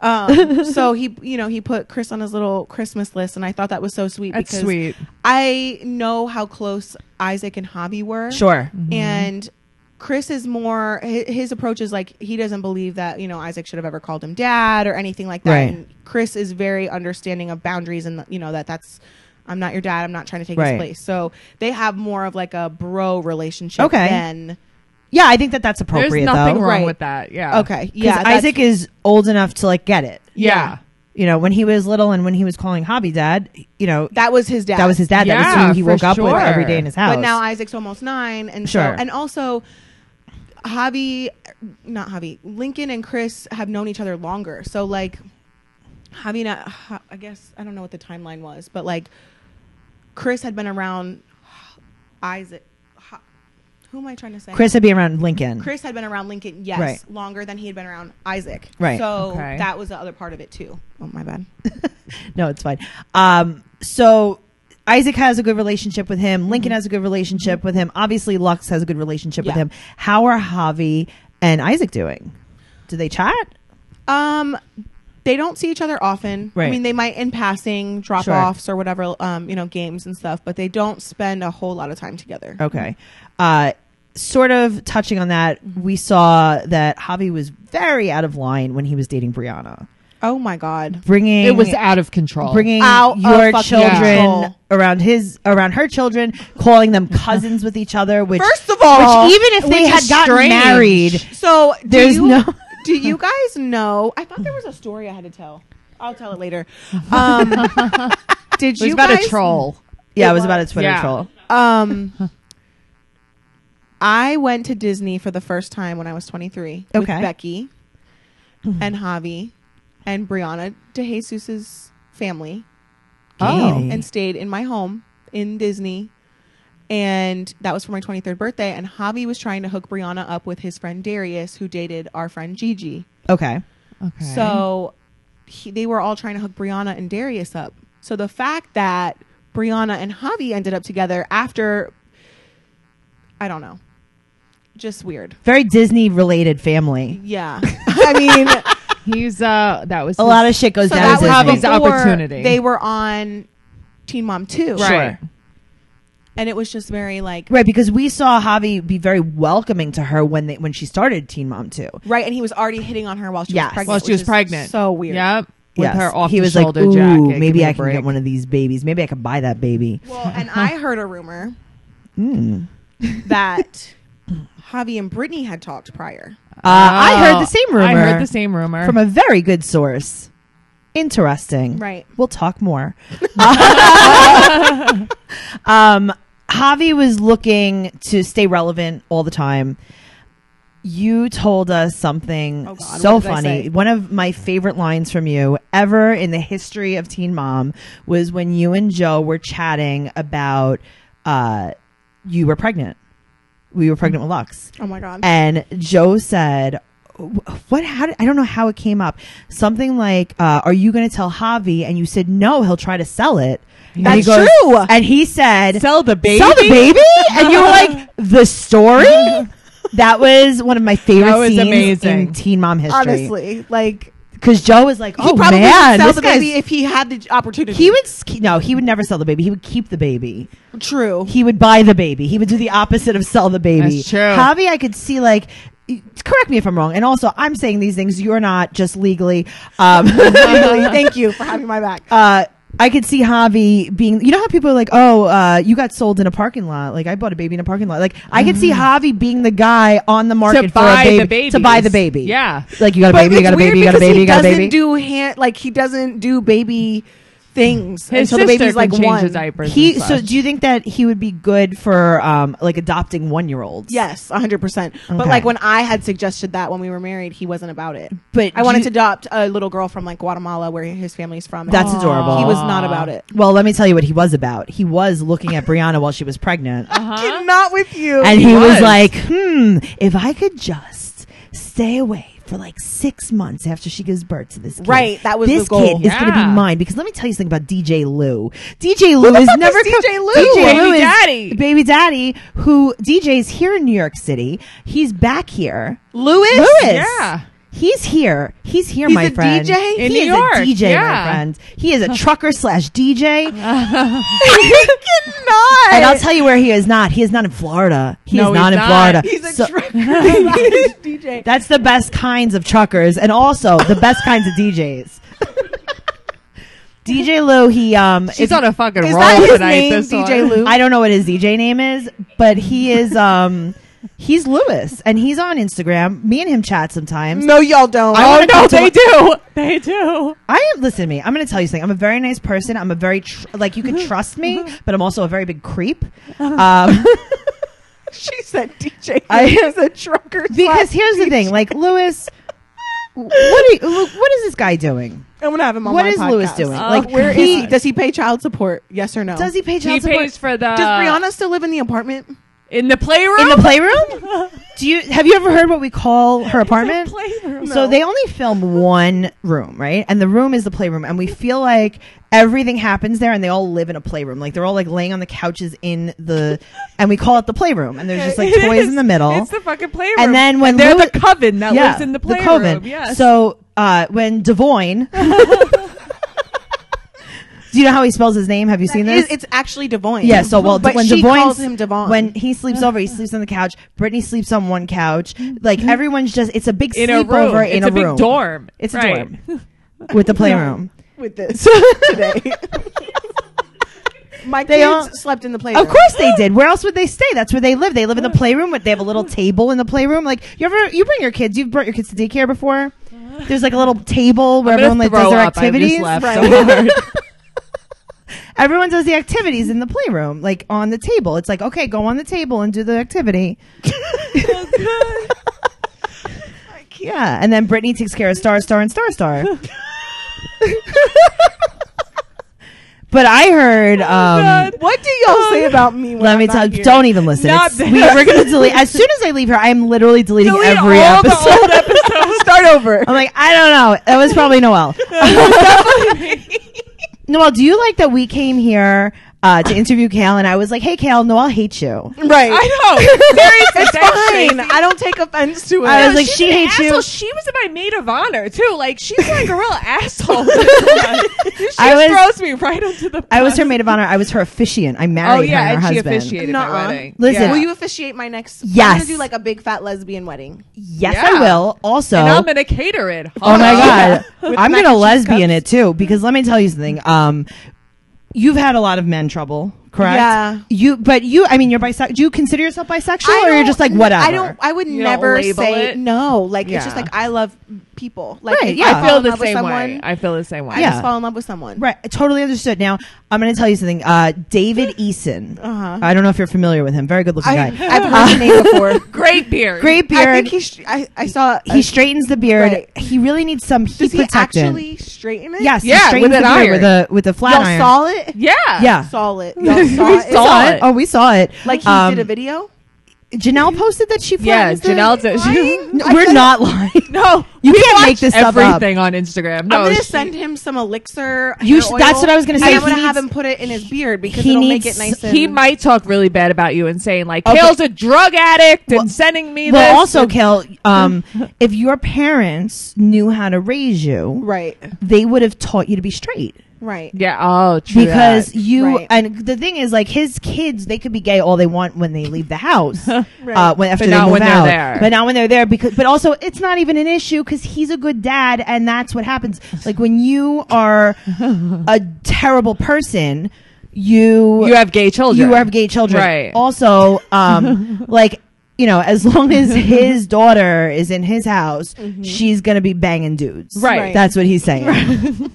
S3: "Yeah." Um, so he, you know, he put Chris on his little Christmas list, and I thought that was so sweet
S2: That's
S3: because
S2: sweet.
S3: I know how close Isaac and Hobby were,
S1: Sure.
S3: and. Chris is more hi- his approach is like he doesn't believe that you know Isaac should have ever called him dad or anything like that.
S1: Right.
S3: And Chris is very understanding of boundaries and you know that that's I'm not your dad. I'm not trying to take
S1: Right.
S3: his place. So they have more of like a bro relationship
S1: Okay.
S3: than
S1: Yeah, I think that that's
S2: There's
S1: appropriate
S2: nothing
S1: though.
S2: wrong
S3: Right.
S2: with that. Yeah.
S3: okay.
S1: Because
S3: Yeah, that's-
S1: Isaac is old enough to like get it.
S2: Yeah.
S1: You know, when he was little and when he was calling Hobby dad, you know,
S3: That was his dad.
S1: that was his dad. that was
S2: Yeah,
S1: who he
S2: for
S1: woke up with
S2: sure.
S1: every day in his house.
S3: But now Isaac's almost nine, and
S1: Sure.
S3: so and also, Javi, not Javi, Lincoln and Chris have known each other longer. So like, Javi, not, Ha- I guess I don't know what the timeline was, but like, Chris had been around Isaac. Ha- Who am I trying to say?
S1: Chris would be around Lincoln.
S3: Chris had been around Lincoln, yes,
S1: Right.
S3: longer than he had been around Isaac.
S1: Right.
S3: So
S2: Okay.
S3: that was the other part of it too. Oh my bad.
S1: No, it's fine. Um, so Isaac has a good relationship with him. Lincoln has a good relationship with him. Obviously, Lux has a good relationship with
S3: Yeah.
S1: him. How are Javi and Isaac doing? Do they chat?
S3: Um, they don't see each other often.
S1: Right.
S3: I mean, they might in passing drop
S1: Sure.
S3: offs or whatever, um, you know, games and stuff, but they don't spend a whole lot of time together.
S1: Okay. Uh, sort of touching on that, we saw that Javi was very out of line when he was dating Brianna,
S3: Oh my god.
S1: bringing
S4: It was out of control.
S1: bringing
S3: Out of
S1: your
S3: fucking
S1: children
S3: control.
S1: around his around her children, calling them cousins with each other. Which
S3: First of all,
S1: which even if they
S4: which
S1: had
S4: is
S1: gotten
S4: strange.
S1: married,
S3: So do
S1: There's
S3: you-
S1: no-
S3: do you guys know? I thought there was a story I had to tell. I'll tell it later. Um, did
S4: It was
S3: you
S4: about
S3: guys,
S4: a troll.
S1: yeah, it
S3: It
S1: was about a
S3: was.
S1: Twitter
S4: Yeah.
S1: troll.
S3: Um, I went to Disney for the first time when I was 23 with
S1: Okay. Mm-hmm.
S3: Becky and Javi and Brianna DeJesus's family
S1: Oh.
S3: and stayed in my home in Disney. And that was for my 23rd birthday. And Javi was trying to hook Brianna up with his friend Darius, who dated our friend Gigi.
S1: Okay.
S4: Okay.
S3: So he, they were all trying to hook Brianna and Darius up. So the fact that Brianna and Javi ended up together after, I don't know, just weird.
S1: Very Disney related family.
S3: Yeah, I mean,
S4: he's uh that was
S1: A
S4: his-
S1: lot of shit goes
S3: so
S1: down.
S3: that
S4: was
S1: at Disney.
S4: Javi's
S3: was before
S4: opportunity.
S3: They were on Teen Mom Two,
S4: Right.
S1: Sure.
S3: And it was just very like
S1: Right, because we saw Javi be very welcoming to her when they when she started Teen Mom too.
S3: right, and he was already hitting on her while she
S1: Yes.
S3: was pregnant.
S4: While she
S3: which
S4: was
S3: is
S4: pregnant.
S3: so weird.
S4: Yep. With
S1: Yes.
S4: her off
S1: he
S4: the
S1: was
S4: shoulder
S1: like, "Ooh,
S4: jacket. Give me
S1: maybe
S4: a
S1: I can
S4: break."
S1: get one of these babies. Maybe I can buy that baby.
S3: Well, and I heard a rumor
S1: Mm.
S3: that Javi and Brittany had talked prior.
S1: Uh, I heard the
S4: Oh,
S1: same rumor.
S4: I heard the same rumor.
S1: from a very good source. Interesting.
S3: Right.
S1: We'll talk more. um, Javi was looking to stay relevant all the time. You told us something
S3: Oh, God,
S1: so
S3: what did I
S1: funny.
S3: say?
S1: One of my favorite lines from you ever in the history of Teen Mom was when you and Joe were chatting about uh, you were pregnant. We were pregnant with Lux
S3: Oh my god.
S1: and Joe said, "Wh- "What? How? Did, I don't know how it came up. Something like, uh, are you going to tell Javi?" And you said, "No, he'll try to sell it." And he
S3: That's
S1: goes-
S3: true.
S1: And he said,
S4: sell the baby.
S1: "Sell the baby?" And you were like, "The story." That was one of my favorite
S4: That was
S1: scenes
S4: amazing.
S1: in Teen Mom history.
S3: Honestly, like
S1: because Joe was like,
S3: he
S1: "Oh
S3: probably
S1: man,
S3: would sell
S1: this
S3: the
S1: guy's-
S3: baby if he had the opportunity.
S1: He would s- no, he would never sell the baby. He would keep the baby.
S3: true.
S1: he would buy the baby. He would do the opposite of sell the baby.
S4: That's true.
S1: Javi, I could see like. y- Correct me if I'm wrong. And also, I'm saying these things. You're not just legally. Um,
S3: Really, thank you for having my back.
S1: uh, I could see Javi being. You know how people are like, "Oh, uh, you got sold in a parking lot." Like I bought a baby in a parking lot. Like I could see Javi being the guy on the market for
S4: Mm. buy
S1: a
S4: the
S1: baby to buy the
S4: babies.
S1: baby.
S4: Yeah.
S1: like you got a baby, you got a baby, you got a baby, you got a baby.
S3: He doesn't do hand like he doesn't do baby things
S4: His
S3: until the
S4: sister
S3: baby's like
S4: can change
S3: one.
S4: the diapers.
S1: he
S4: and
S1: so.
S4: such.
S1: Do you think that he would be good for um like adopting one year olds?
S3: Yes, hundred percent. But
S1: Okay.
S3: like when I had suggested that when we were married, he wasn't about it.
S1: but
S3: I wanted to
S1: do you-
S3: adopt a little girl from like Guatemala, where his family's from. and
S1: That's
S3: he-
S1: adorable.
S3: He was not about it.
S1: Well, let me tell you what he was about. He was looking at Brianna while she was pregnant.
S3: Oh,
S4: Uh-huh.
S3: Not with you.
S1: and he,
S4: he
S1: was.
S4: was.
S1: like, hmm, if I could just stay away for like six months after she gives birth to this kid.
S3: Right, that was
S1: This
S3: the goal.
S1: kid is going to be
S4: Yeah.
S1: mine. Because let me tell you something about DJ Lou. DJ Lou is
S3: fuck
S1: never.
S3: is DJ Lou?
S1: DJ
S4: Baby
S1: Lou is
S4: daddy.
S1: Baby daddy, who DJ's here in New York City. He's back here.
S3: Louis.
S1: Lewis.
S4: Yeah.
S1: He's here. He's here,
S3: He's
S1: my
S3: a
S1: friend.
S3: DJ?
S4: In
S1: he
S4: New
S1: is
S4: York,
S1: a DJ,
S4: yeah.
S1: my friend. He is a trucker slash DJ.
S3: he cannot.
S1: And I'll tell you where he is not. He is not in Florida. He
S4: No,
S1: is
S4: he's
S1: not in
S4: not.
S1: Florida.
S3: He's a
S1: So-
S3: trucker. DJ.
S1: that's the best kinds of truckers and also the best kinds of DJs. DJ Lou, he um
S4: She's
S1: if-
S4: on a fucking
S3: Is
S4: roll
S3: that his
S4: tonight.
S3: name,
S4: this
S3: DJ
S4: one.
S3: Lou?
S1: I don't know what his DJ name is, but he is um he's Lewis and he's on Instagram. Me and him chat sometimes.
S3: No, y'all don't.
S1: I
S4: Oh
S1: wanna
S4: no,
S1: come to my-
S4: they do. They do.
S1: I am listen to me. I'm going to tell you something. I'm a very nice person. I'm a very tr- like you can trust me, but I'm also a very big creep. Um
S3: she said DJ.
S1: I-
S3: He is a trucker.
S1: because
S3: slash
S1: here's the
S3: DJ.
S1: thing, like Lewis what are you, look, what is this guy doing?
S3: I'm gonna have him on
S1: What
S3: my
S1: is Lewis
S3: podcast. Uh,
S1: doing?
S4: Oh,
S1: like,
S3: Where is
S1: he,
S3: he? Does he pay child support? Yes or no?
S1: Does he pay child
S4: he
S1: support
S4: pays for the
S3: Does Brianna still live in the apartment?
S4: in the playroom.
S1: in the playroom? Do you have you ever heard what we call her apartment?
S4: playroom.
S1: So they only film one room, right? And the room is the playroom, and we feel like everything happens there, and they all live in a playroom. Like they're all like laying on the couches in the, and we call it the playroom. And there's just like
S4: It
S1: toys
S4: is.
S1: in the middle.
S4: It's the fucking playroom.
S1: and then when
S4: they're
S1: Lou-
S4: the coven that
S1: Yeah,
S4: lives in the playroom.
S1: coven.
S4: Yes.
S1: So uh, when Devoyne. Do you know how he spells his name? Have you seen this?
S3: It- it's actually Devon.
S1: Yeah, so well,
S3: but
S1: when
S3: she
S1: Devoyne's-
S3: calls him Devon.
S1: When he sleeps over, he sleeps on the couch. Brittany sleeps on one couch. Like everyone's just, it's a big
S2: Mm-hmm. in a room.
S1: sleepover in
S2: it's a, big
S1: room.
S2: dorm.
S1: It's a
S2: Right.
S1: dorm with the playroom.
S3: with this today. My
S1: They
S3: kids
S1: all-
S3: slept in the playroom.
S1: Of course they did. Where else would they stay? That's where they live. They live in the playroom. They have a little table in the playroom. Like you ever, you bring your kids. You've brought your kids to daycare before. There's like a little table where
S4: I'm gonna
S1: everyone like does
S4: throw
S1: their
S4: up. I just
S1: activities.
S4: laughed so
S1: Right. everyone does the activities in the playroom, like on the table. It's like okay, go on the table and do the activity. yeah, and then Brittany takes care of Star, Star, and Star, Star. but I heard. um,
S3: What do y'all say about me? When
S1: let me
S3: I'm
S1: tell
S3: not
S1: you,
S3: here?
S1: don't even listen.
S2: Not
S1: It's- we, are going to delete. As soon as I leave her, I am literally deleting
S2: Delete
S1: every
S2: all the
S1: episode.
S2: old episodes.
S3: start over.
S1: I'm like, I don't know. That was probably Noel. Noel, do you like that we came here uh, to interview Kale and I was like, hey, Kale, Noel hates you.
S3: Right.
S2: I know. Seriously,
S3: it's
S2: that's
S3: fine.
S2: crazy.
S3: I don't take offense to it.
S1: I was
S2: No,
S1: like,
S2: she's
S1: she
S2: an
S1: hates you.
S2: asshole. She was my maid of honor too. Like she's like a real asshole. she
S1: I was-
S2: throws me right into the.
S1: I was her
S2: bus.
S1: maid of honor. I was her officiant. I married
S2: Oh
S1: her
S2: yeah,
S1: and
S2: and
S1: her
S2: she
S1: husband.
S2: officiated my
S3: Nuh-uh.
S2: wedding.
S1: Listen,
S2: yeah.
S3: Will you officiate my next? I'm
S1: Yes.
S3: gonna do like a big fat lesbian wedding.
S1: Yes,
S2: Yeah.
S1: I will. Also,
S2: and I'm gonna cater it.
S1: Oh my god,
S3: With
S1: I'm
S3: mac
S1: gonna
S3: and cheese
S1: lesbian it
S3: cups.
S1: too because let me tell you something. Um, you've had a lot of men trouble, correct?
S3: Yeah.
S1: You, but you, I mean, you're bisexual. Do you consider yourself bisexual,
S3: I
S1: or you're
S3: don't-
S1: just like whatever?
S3: I don't. I would
S2: You don't
S3: never
S2: label
S3: say
S2: it?
S3: no. Like it's just
S1: Yeah.
S3: like I love people. Like
S1: Right,
S3: if
S1: yeah.
S3: I,
S1: I
S3: fall
S2: I feel
S3: in
S2: the
S3: love with
S2: same
S3: someone,
S2: way. I feel the same way.
S3: I
S1: Yeah.
S3: just fall in love with someone.
S1: Right, I totally understood. Now I'm going to tell you something. Uh, David Eason.
S3: Uh-huh.
S1: I don't know if you're familiar with him. Very good looking
S3: I,
S1: guy. Uh,
S3: I've heard his name before.
S2: Great beard.
S1: Great beard.
S3: I think he. Sh- I, I saw. a-
S1: he straightens the beard.
S3: Right.
S1: He really needs some heat
S3: does he
S1: protectant.
S3: actually straighten it?
S1: yes, he
S2: Yeah,
S1: straightens
S2: with an
S1: the beard
S2: iron.
S1: with a with a flat
S3: Y'all
S1: iron.
S3: saw it.
S2: Yeah.
S1: yeah,
S3: Saw it. Y'all saw
S2: We
S3: it.
S2: saw it.
S1: Oh, we saw it.
S3: Like he
S1: Um,
S3: did a video.
S1: Janelle posted that she
S2: Yeah,
S1: flattens the-
S2: Janelle did-
S1: Lying? No,
S3: I
S1: we're
S3: feel-
S1: not lying.
S2: No.
S1: You can't make
S2: watch
S1: this stuff up.
S2: everything on Instagram. No,
S3: I'm gonna
S2: she-
S3: send him some elixir.
S1: You
S3: hair
S1: sh-
S3: oil,
S1: that's what I was gonna say.
S3: And I'm
S1: He
S3: gonna have
S1: needs-
S3: him put it in his beard because
S1: he
S3: it'll
S1: needs-
S3: make it nice. And
S2: he might talk really bad about you and saying like,
S1: Okay.
S2: "Kale's a drug addict" and sending me
S1: Well,
S2: this.
S1: also, Kel, um, if your parents knew how to raise you,
S3: Right.
S1: they would have taught you to be straight.
S3: Right.
S2: yeah. Oh, true
S1: Because
S2: that.
S1: you
S3: Right.
S1: and the thing is, like his kids, they could be gay all they want when they leave the house, uh, when after
S2: But
S1: they
S2: not
S1: move
S2: when they're
S1: out,
S2: there.
S1: but not when they're there. Because, but also, it's not even an issue because he's a good dad, and that's what happens. Like when you are a terrible person, you
S2: you have gay children.
S1: you have gay children.
S2: Right.
S1: Also, um, like you know, as long as his daughter is in his house, she's gonna be banging dudes.
S2: Mm-hmm. Right.
S3: Right.
S1: That's what he's saying.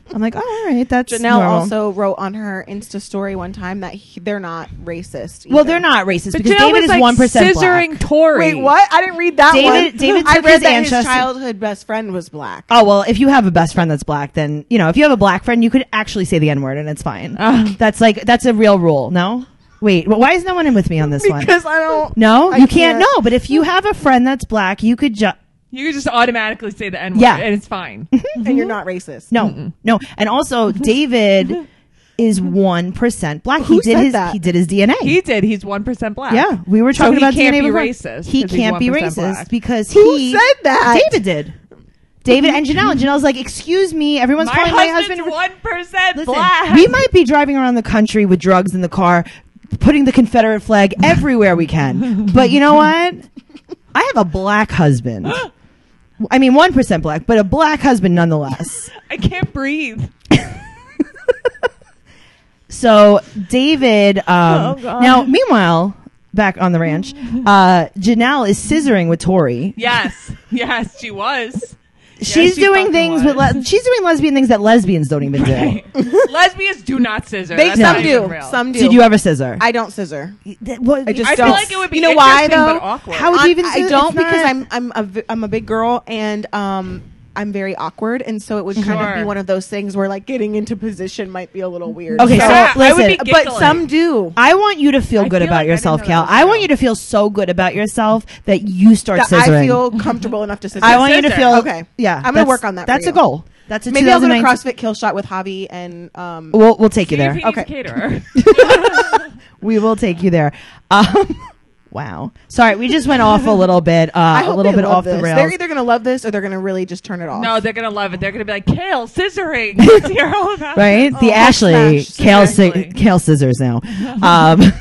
S1: I'm like, oh, all right, that's
S3: Janelle
S1: normal.
S3: also wrote on her Insta story one time that he, they're not racist.
S1: Well,
S3: either.
S1: they're not racist
S2: But
S1: because
S2: Janelle
S1: David
S2: was
S1: is
S2: like
S1: one percent
S2: scissoring
S1: black.
S2: Tory.
S3: Wait, what? I didn't read that
S1: David-
S3: one.
S1: David
S3: I
S1: took
S3: read
S1: his
S3: that his
S1: ancestry-
S3: childhood best friend was black.
S1: Oh well, if you have a best friend that's black, then you know if you have a black friend, you could actually say the n word and it's fine.
S2: Oh.
S1: That's like that's a real rule. No, wait, well, why is no one in with me on this one?
S3: Because I don't.
S1: No,
S3: I
S1: you can't.
S3: can't.
S1: No, but if you have a friend that's black, you could just.
S2: You just automatically say the N word,
S1: Yeah.
S2: and it's fine.
S3: And you're not racist.
S1: No, no, and also David is one percent black. he
S3: Who
S1: did
S3: said
S1: his
S3: that?
S1: he did his DNA.
S2: he did. He's one percent black.
S1: yeah, we were
S2: So
S1: talking
S2: he
S1: about
S2: can't
S1: DNA
S2: be
S1: before.
S2: racist
S1: He
S2: 'cause he's
S1: can't be
S2: 1%
S1: racist
S2: black.
S1: because
S3: Who
S1: he
S3: said that?
S1: David did. David and Janelle. And Janelle's like, "Excuse me, everyone's
S2: My
S1: calling my husband."
S2: husband's one percent
S1: Listen,
S2: black.
S1: we might be driving around the country with drugs in the car, putting the Confederate flag everywhere we can. But you know what? I have a black husband. I mean, one percent black, but a black husband nonetheless.
S2: I can't breathe.
S1: So David. Um,
S2: Oh, God.
S1: now, meanwhile, back on the ranch, uh, Janelle is scissoring with Tori.
S2: Yes, yes, she was.
S1: she's
S2: she
S1: doing
S2: fucking
S1: things with
S2: was.
S1: le- she's doing lesbian things that lesbians don't even do.
S2: Lesbians do not scissor.
S3: They
S2: That's
S3: some
S2: not even
S3: do.
S2: real.
S3: Some do.
S1: Did you ever scissor?
S3: I don't scissor.
S1: Th- what-
S3: I just
S2: I feel
S3: don't.
S2: like it would be
S3: You know why,
S2: interesting, but
S3: though?
S2: awkward.
S1: How would
S3: I,
S1: you even
S3: I
S1: do it?
S3: don't
S1: It's not-
S3: because I'm I'm a v- I'm a big girl and um I'm very awkward and so it would kind of
S2: Sure.
S3: be one of those things where like getting into position might be a little weird.
S1: Okay, so
S2: Yeah, I would be
S1: listen,
S2: giggling.
S3: but some do.
S1: I want you to feel
S2: I
S1: good
S2: feel
S1: about
S2: like I
S1: yourself,
S2: didn't know
S1: Cal.
S2: that was
S1: I want
S2: real.
S1: you to feel so good about yourself that you start
S3: that
S1: scissoring.
S3: I feel comfortable enough to scissor.
S1: I want you to
S2: Scissor.
S1: feel
S3: Okay.
S1: Yeah,
S3: I'm gonna
S1: that's-
S3: work on that for
S1: That's a
S3: you.
S1: goal. That's a
S3: Maybe I'll go to
S1: 2019
S3: CrossFit Kill Shot with Javi and um.
S1: We'll we'll take you
S2: See
S1: there.
S2: if he needs a
S3: Okay.
S2: caterer.
S1: We will take you there. Um, Wow. Sorry, we just went off a little bit, uh, a little bit off the rails.
S3: They're either going to love this or they're going to really just turn it off.
S2: No, they're gonna love it. They're gonna be like kale scissoring. Let's hear all about it."
S1: right? the Ashley
S3: smash,
S1: kale,
S2: seriously.
S1: sci- kale scissors now. Um,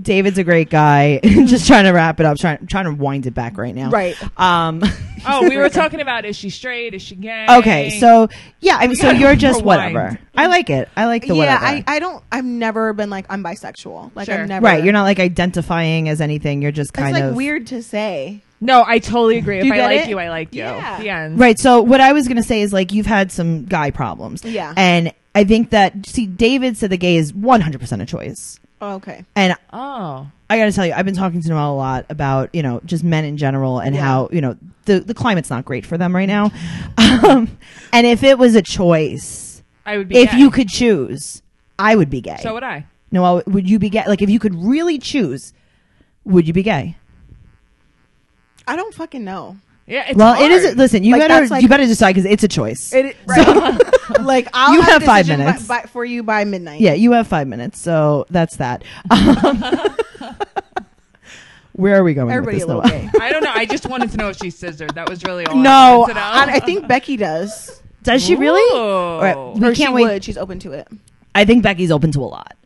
S1: David's a great guy. just trying to wrap it up. Trying trying to wind it back right now.
S3: Right.
S1: Um,
S2: Oh, we were talking about is she straight? Is she gay?
S1: okay. So yeah, I mean, so
S2: gotta
S1: you're just
S2: rewind.
S1: whatever. I like it. I like the
S3: yeah,
S1: whatever.
S3: I, I don't. I've never been like I'm bisexual. Like
S2: Sure.
S3: I've never.
S1: right. You're not like identifying as anything. You're just
S3: It's
S1: kind
S3: like
S1: of
S3: weird to say.
S2: no, I totally agree. If
S3: you
S2: I
S3: get
S2: like
S3: it?
S2: you, I like you.
S3: Yeah.
S2: The end.
S1: Right. So what I was gonna say is like you've had some guy problems.
S3: Yeah.
S1: And I think that see David said the gay is 100 percent a choice.
S3: Oh, okay.
S1: And
S2: Oh,
S1: I got to tell you, I've been talking to Noel a lot about you know just men in general and how you know the the climate's not great for them right now. Um, and if it was a choice,
S2: I would be.
S1: if
S2: gay.
S1: you could choose, I would be gay.
S2: so would I.
S1: Noel, would you be gay? Like if you could really choose, would you be gay?
S3: I don't fucking know.
S2: Yeah. It's
S1: well, it
S2: hard.
S1: is. Listen, you
S3: Like,
S1: better
S3: that's like-
S1: you better decide because it's a choice.
S3: It right. like I'll
S1: You
S3: have, a
S1: have five
S3: decision by-
S1: minutes.
S3: by- for you by midnight.
S1: yeah, you have five minutes, so that's that. Um, where are we going?
S3: Everybody
S1: with
S3: a
S1: this,
S3: little
S1: Noel?
S3: gay.
S2: I don't know. I just wanted to know if she scissored. That was really all. I,
S3: No,
S2: wanted to know.
S3: I, I think Becky does.
S1: Does she
S2: Ooh.
S1: really? All right. We
S3: Or she
S1: can't wait.
S3: would. She's open to it.
S1: I think Becky's open to a lot.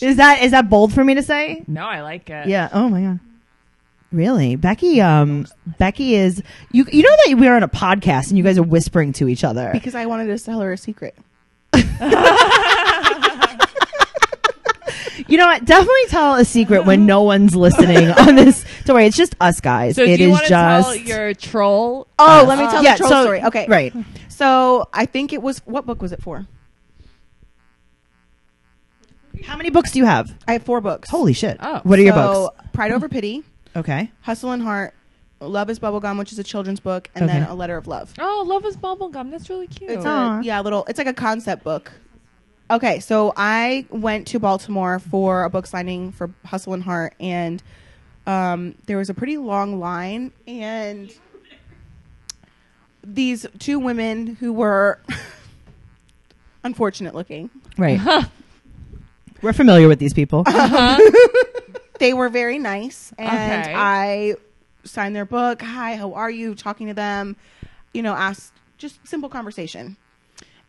S1: is that is that bold for me to say?
S2: No, I like it.
S1: Yeah. Oh my god. Really, Becky? Um, Becky is you. You know that we're on a podcast and you guys are whispering to each other.
S3: Because I wanted to tell her a secret.
S1: You know what? Definitely tell a secret when no one's listening on this. Don't worry, it's just us guys.
S2: So
S1: It
S2: do you
S1: is
S2: want to
S1: just.
S2: tell your troll?
S3: Oh,
S1: us.
S3: let me tell
S1: Yeah,
S3: the troll
S1: so-
S3: story. Okay,
S1: Right.
S3: So I think it was what book was it for?
S1: How many books do you have?
S3: I have four books.
S1: Holy shit!
S2: Oh.
S1: what are your
S3: So,
S1: books?
S3: Pride Over Pity,
S1: Okay.
S3: Hustle and Heart, Love is Bubblegum, which is a children's book, and then
S1: Okay.
S3: A Letter of Love.
S2: Oh, love is bubblegum. That's really cute.
S3: It's
S1: Aw.
S3: a, yeah, a little. It's like a concept book. Okay, so I went to Baltimore for a book signing for Hustle and Heart, and um, there was a pretty long line, and these two women who were unfortunate looking,
S1: Right. we're familiar with these people.
S3: they were very nice, and
S2: Okay.
S3: I signed their book. Hi, how are you? Talking to them, you know, asked just simple conversation.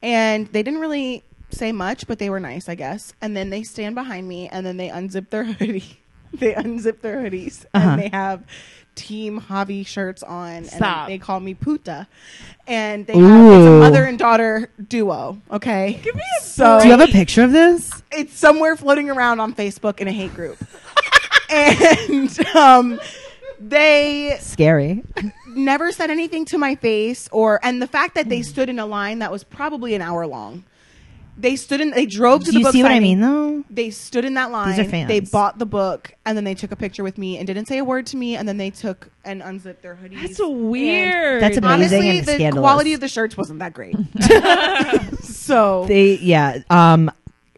S3: and they didn't really say much, but they were nice, I guess. And then they stand behind me, and then they unzip their hoodie. they unzip their hoodies,
S1: Uh-huh.
S3: and they have Team Javi shirts on,
S2: Stop.
S3: and they call me Puta. And they have it's a
S1: Ooh.
S3: mother and daughter duo. Okay, give me a so
S1: Do you have a picture of this?
S3: it's somewhere floating around on Facebook in a hate group, and um, they
S1: Scary.
S3: never said anything to my face or and the fact that
S1: Hmm.
S3: they stood in a line that was probably an hour long they stood in they drove to
S1: Do
S3: the
S1: you
S3: book
S1: see what I
S3: signing.
S1: mean, though?
S3: they stood in that line
S1: These are fans.
S3: they bought the book and then they took a picture with me and didn't say a word to me and then they took and unzipped their hoodies
S2: That's
S3: And
S2: weird.
S1: That's amazing.
S3: honestly
S1: and
S3: the
S1: scandalous.
S3: quality of the shirts wasn't that great so
S1: They yeah. Um,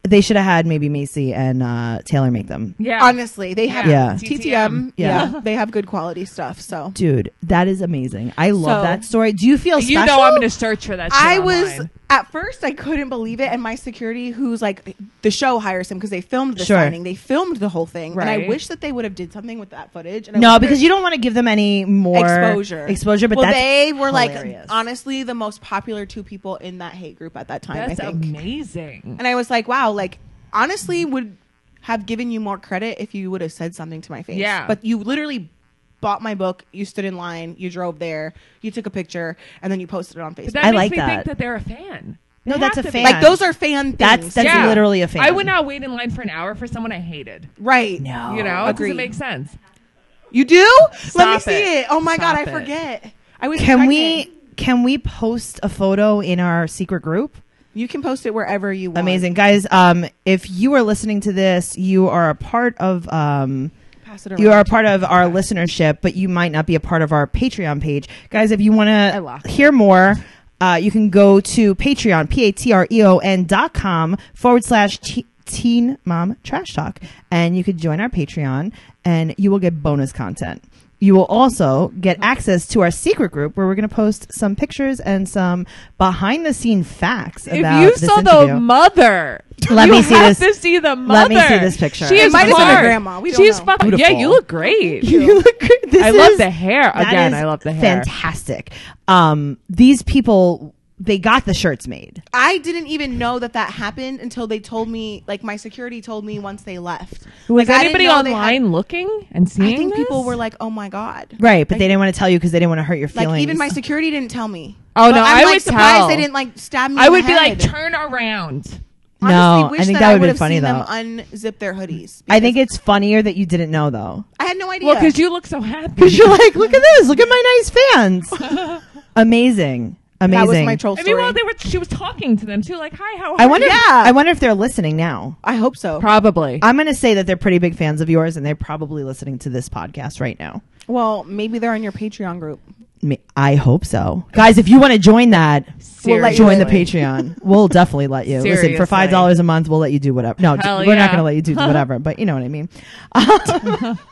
S1: they should have had maybe Macy and uh, Taylor make them.
S2: Yeah.
S3: honestly they have
S1: Yeah.
S3: ttm
S1: Yeah.
S3: yeah. they have good quality stuff so
S1: Dude, that is amazing. I love
S3: So-
S1: that story. Do you feel
S2: You
S1: special?
S2: know I'm gonna search for that. Shit
S3: I was
S2: online.
S3: at first I couldn't believe it, and my security, who's like the show hires him because they filmed the
S1: Sure.
S3: signing, they filmed the whole thing, and
S2: Right.
S3: I wish that they would have did something with that footage. And I
S1: no,
S3: wish
S1: because
S3: there-
S1: you don't want to give them any more
S3: exposure,
S1: Exposure, but
S3: well,
S1: that's
S3: they were
S1: hilarious.
S3: like honestly the most popular two people in that hate group at that time.
S2: That's
S3: I think,
S2: amazing.
S3: and I was like, wow, like honestly would have given you more credit if you would have said something to my face.
S2: Yeah.
S3: but you literally. Bought my book. You stood in line. You drove there. You took a picture, and then you posted it on
S2: But
S3: Facebook.
S2: that
S1: I
S2: makes
S1: like
S2: me
S1: that.
S2: think that they're a fan.
S1: No,
S2: They
S1: that's
S2: have
S1: a
S2: to be.
S1: fan.
S3: like those are fan things.
S1: That's- that's
S2: Yeah.
S1: literally a fan.
S2: I would not wait in line for an hour for someone I hated.
S3: right.
S1: No.
S2: You know, it
S3: Agreed.
S2: doesn't make sense.
S3: You do? Let me
S2: Stop
S3: see
S2: it.
S3: it. Oh my
S2: Stop it.
S3: god, I forget. I was.
S1: Can we
S3: pregnant.
S1: can we post a photo in our secret group?
S3: You can post it wherever you want.
S1: Amazing. Guys, um if you are listening to this, you are a part of um
S3: Pass it around.
S1: you are a part of our listenership, but you might not be a part of our Patreon page. Guys, if you want
S2: lost
S1: to hear more, uh, you can go to Patreon, P A T R E O N dot com forward slash te- teen mom trash talk. And you could join our Patreon and you will get bonus content. you will also get access to our secret group where we're going to post some pictures and some behind the scene facts about
S2: if
S1: this
S2: you saw
S1: interview.
S2: the mother,
S1: Let
S2: you
S1: me see
S2: have
S1: this-
S2: To see the mother.
S1: let me see this picture.
S2: She
S1: It
S2: is
S3: might have been her
S2: hard.
S3: grandma. We don't
S2: She's
S3: know.
S2: fucking. Yeah,
S4: Beautiful.
S2: you look great.
S1: you look great. This
S2: I love
S1: is-
S2: the hair.
S1: that
S2: Again,
S1: is
S2: I love the hair.
S1: Fantastic. Um, these people, they got the shirts made.
S3: I didn't even know that that happened until they told me, like my security told me once they left.
S2: Was
S3: Like, I didn't
S2: anybody
S3: know they had-
S2: online looking and seeing?
S3: I think
S2: this?
S3: people were like, "Oh my god!"
S1: Right, but they didn't want to tell you because they didn't want to hurt your
S3: Like
S1: feelings.
S3: even my security didn't tell me.
S2: Oh,
S3: But
S2: no,
S3: I'm
S2: I
S3: like
S2: would
S3: surprised
S2: tell.
S3: they didn't like stab me.
S2: I
S3: in
S2: would
S3: the
S2: be like,
S3: head.
S2: turn around.
S3: Honestly,
S1: no,
S3: wish
S1: I think
S3: that
S1: that would have been
S3: would've
S1: funny
S3: seen
S1: though.
S3: Them unzip their hoodies.
S1: I think it's funnier that you didn't know though.
S3: I had no idea.
S2: Well, because you look so happy.
S1: Because you're like, look at this, look at my nice fans. Amazing, amazing.
S3: that was my troll
S2: I
S3: story.
S2: mean, well, they were. She was talking to them too. Like, hi, how are
S1: I wonder.
S2: you?
S1: I wonder if they're listening now.
S3: I hope so.
S2: Probably.
S1: I'm going to say that they're pretty big fans of yours, and they're probably listening to this podcast right now.
S3: well, maybe they're on your Patreon group.
S1: Me- I hope so, guys. If you want to join that,
S2: We'll let you
S1: join the
S2: in.
S1: Patreon. We'll definitely let you listen for
S2: Seriously.
S1: five dollars a month. We'll let you do whatever. No,
S2: Hell
S1: we're not
S2: yeah.
S1: going to let you do whatever, but you know what I mean. Um,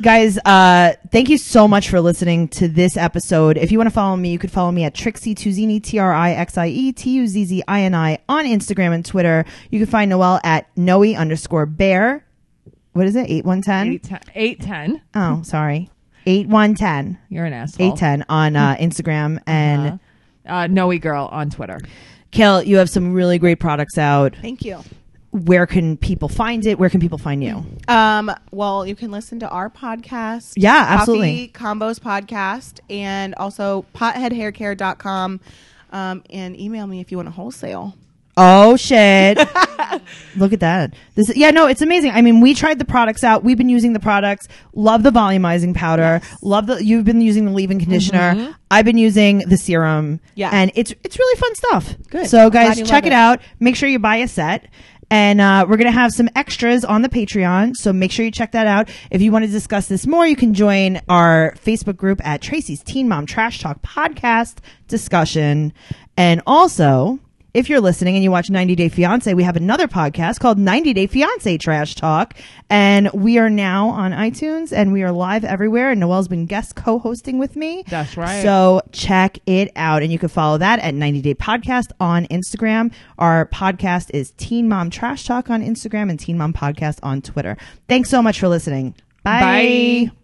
S1: Guys, uh, thank you so much for listening to this episode. If you want to follow me, you could follow me at Trixie Tuzini, T R I X I E T U Z Z I N I on Instagram and Twitter. You can find Noelle at Noe underscore bear. What is it? 8110?
S2: Eight ten. Eight ten.
S1: Oh, sorry. 8110.
S2: You're an asshole.
S1: 810 on uh, Instagram. And
S2: Uh, uh, Noe girl on Twitter.
S1: Kale, you have some really great products out.
S3: Thank you.
S1: Where can people find it? Where can people find you?
S3: Um, well, you can listen to our podcast.
S1: Yeah,
S3: Coffee
S1: absolutely.
S3: Combos podcast and also potheadhaircare.com. Um, and email me if you want a wholesale.
S1: Oh shit. Look at that. This yeah, no, it's amazing. I mean, we tried the products out. We've been using the products. Love the volumizing powder. Love the you've been using the leave-in conditioner. I've been using the serum.
S3: Yeah.
S1: And it's it's really fun stuff.
S3: Good.
S1: So
S3: I'm glad
S1: guys,
S3: you
S1: check
S3: love
S1: it
S3: it.
S1: out. Make sure you buy a set. And uh, we're gonna have some extras on the Patreon, so make sure you check that out. If you want to discuss this more, you can join our Facebook group at Tracy's Teen Mom Trash Talk Podcast discussion. And also, if you're listening and you watch 90 Day Fiance, we have another podcast called 90 Day Fiance Trash Talk. And we are now on iTunes and we are live everywhere. And Noelle's been guest co hosting with me.
S2: That's right.
S1: So check it out. And you can follow that at 90 Day Podcast on Instagram. Our podcast is Teen Mom Trash Talk on Instagram and Teen Mom Podcast on Twitter. Thanks so much for listening. Bye.
S2: Bye.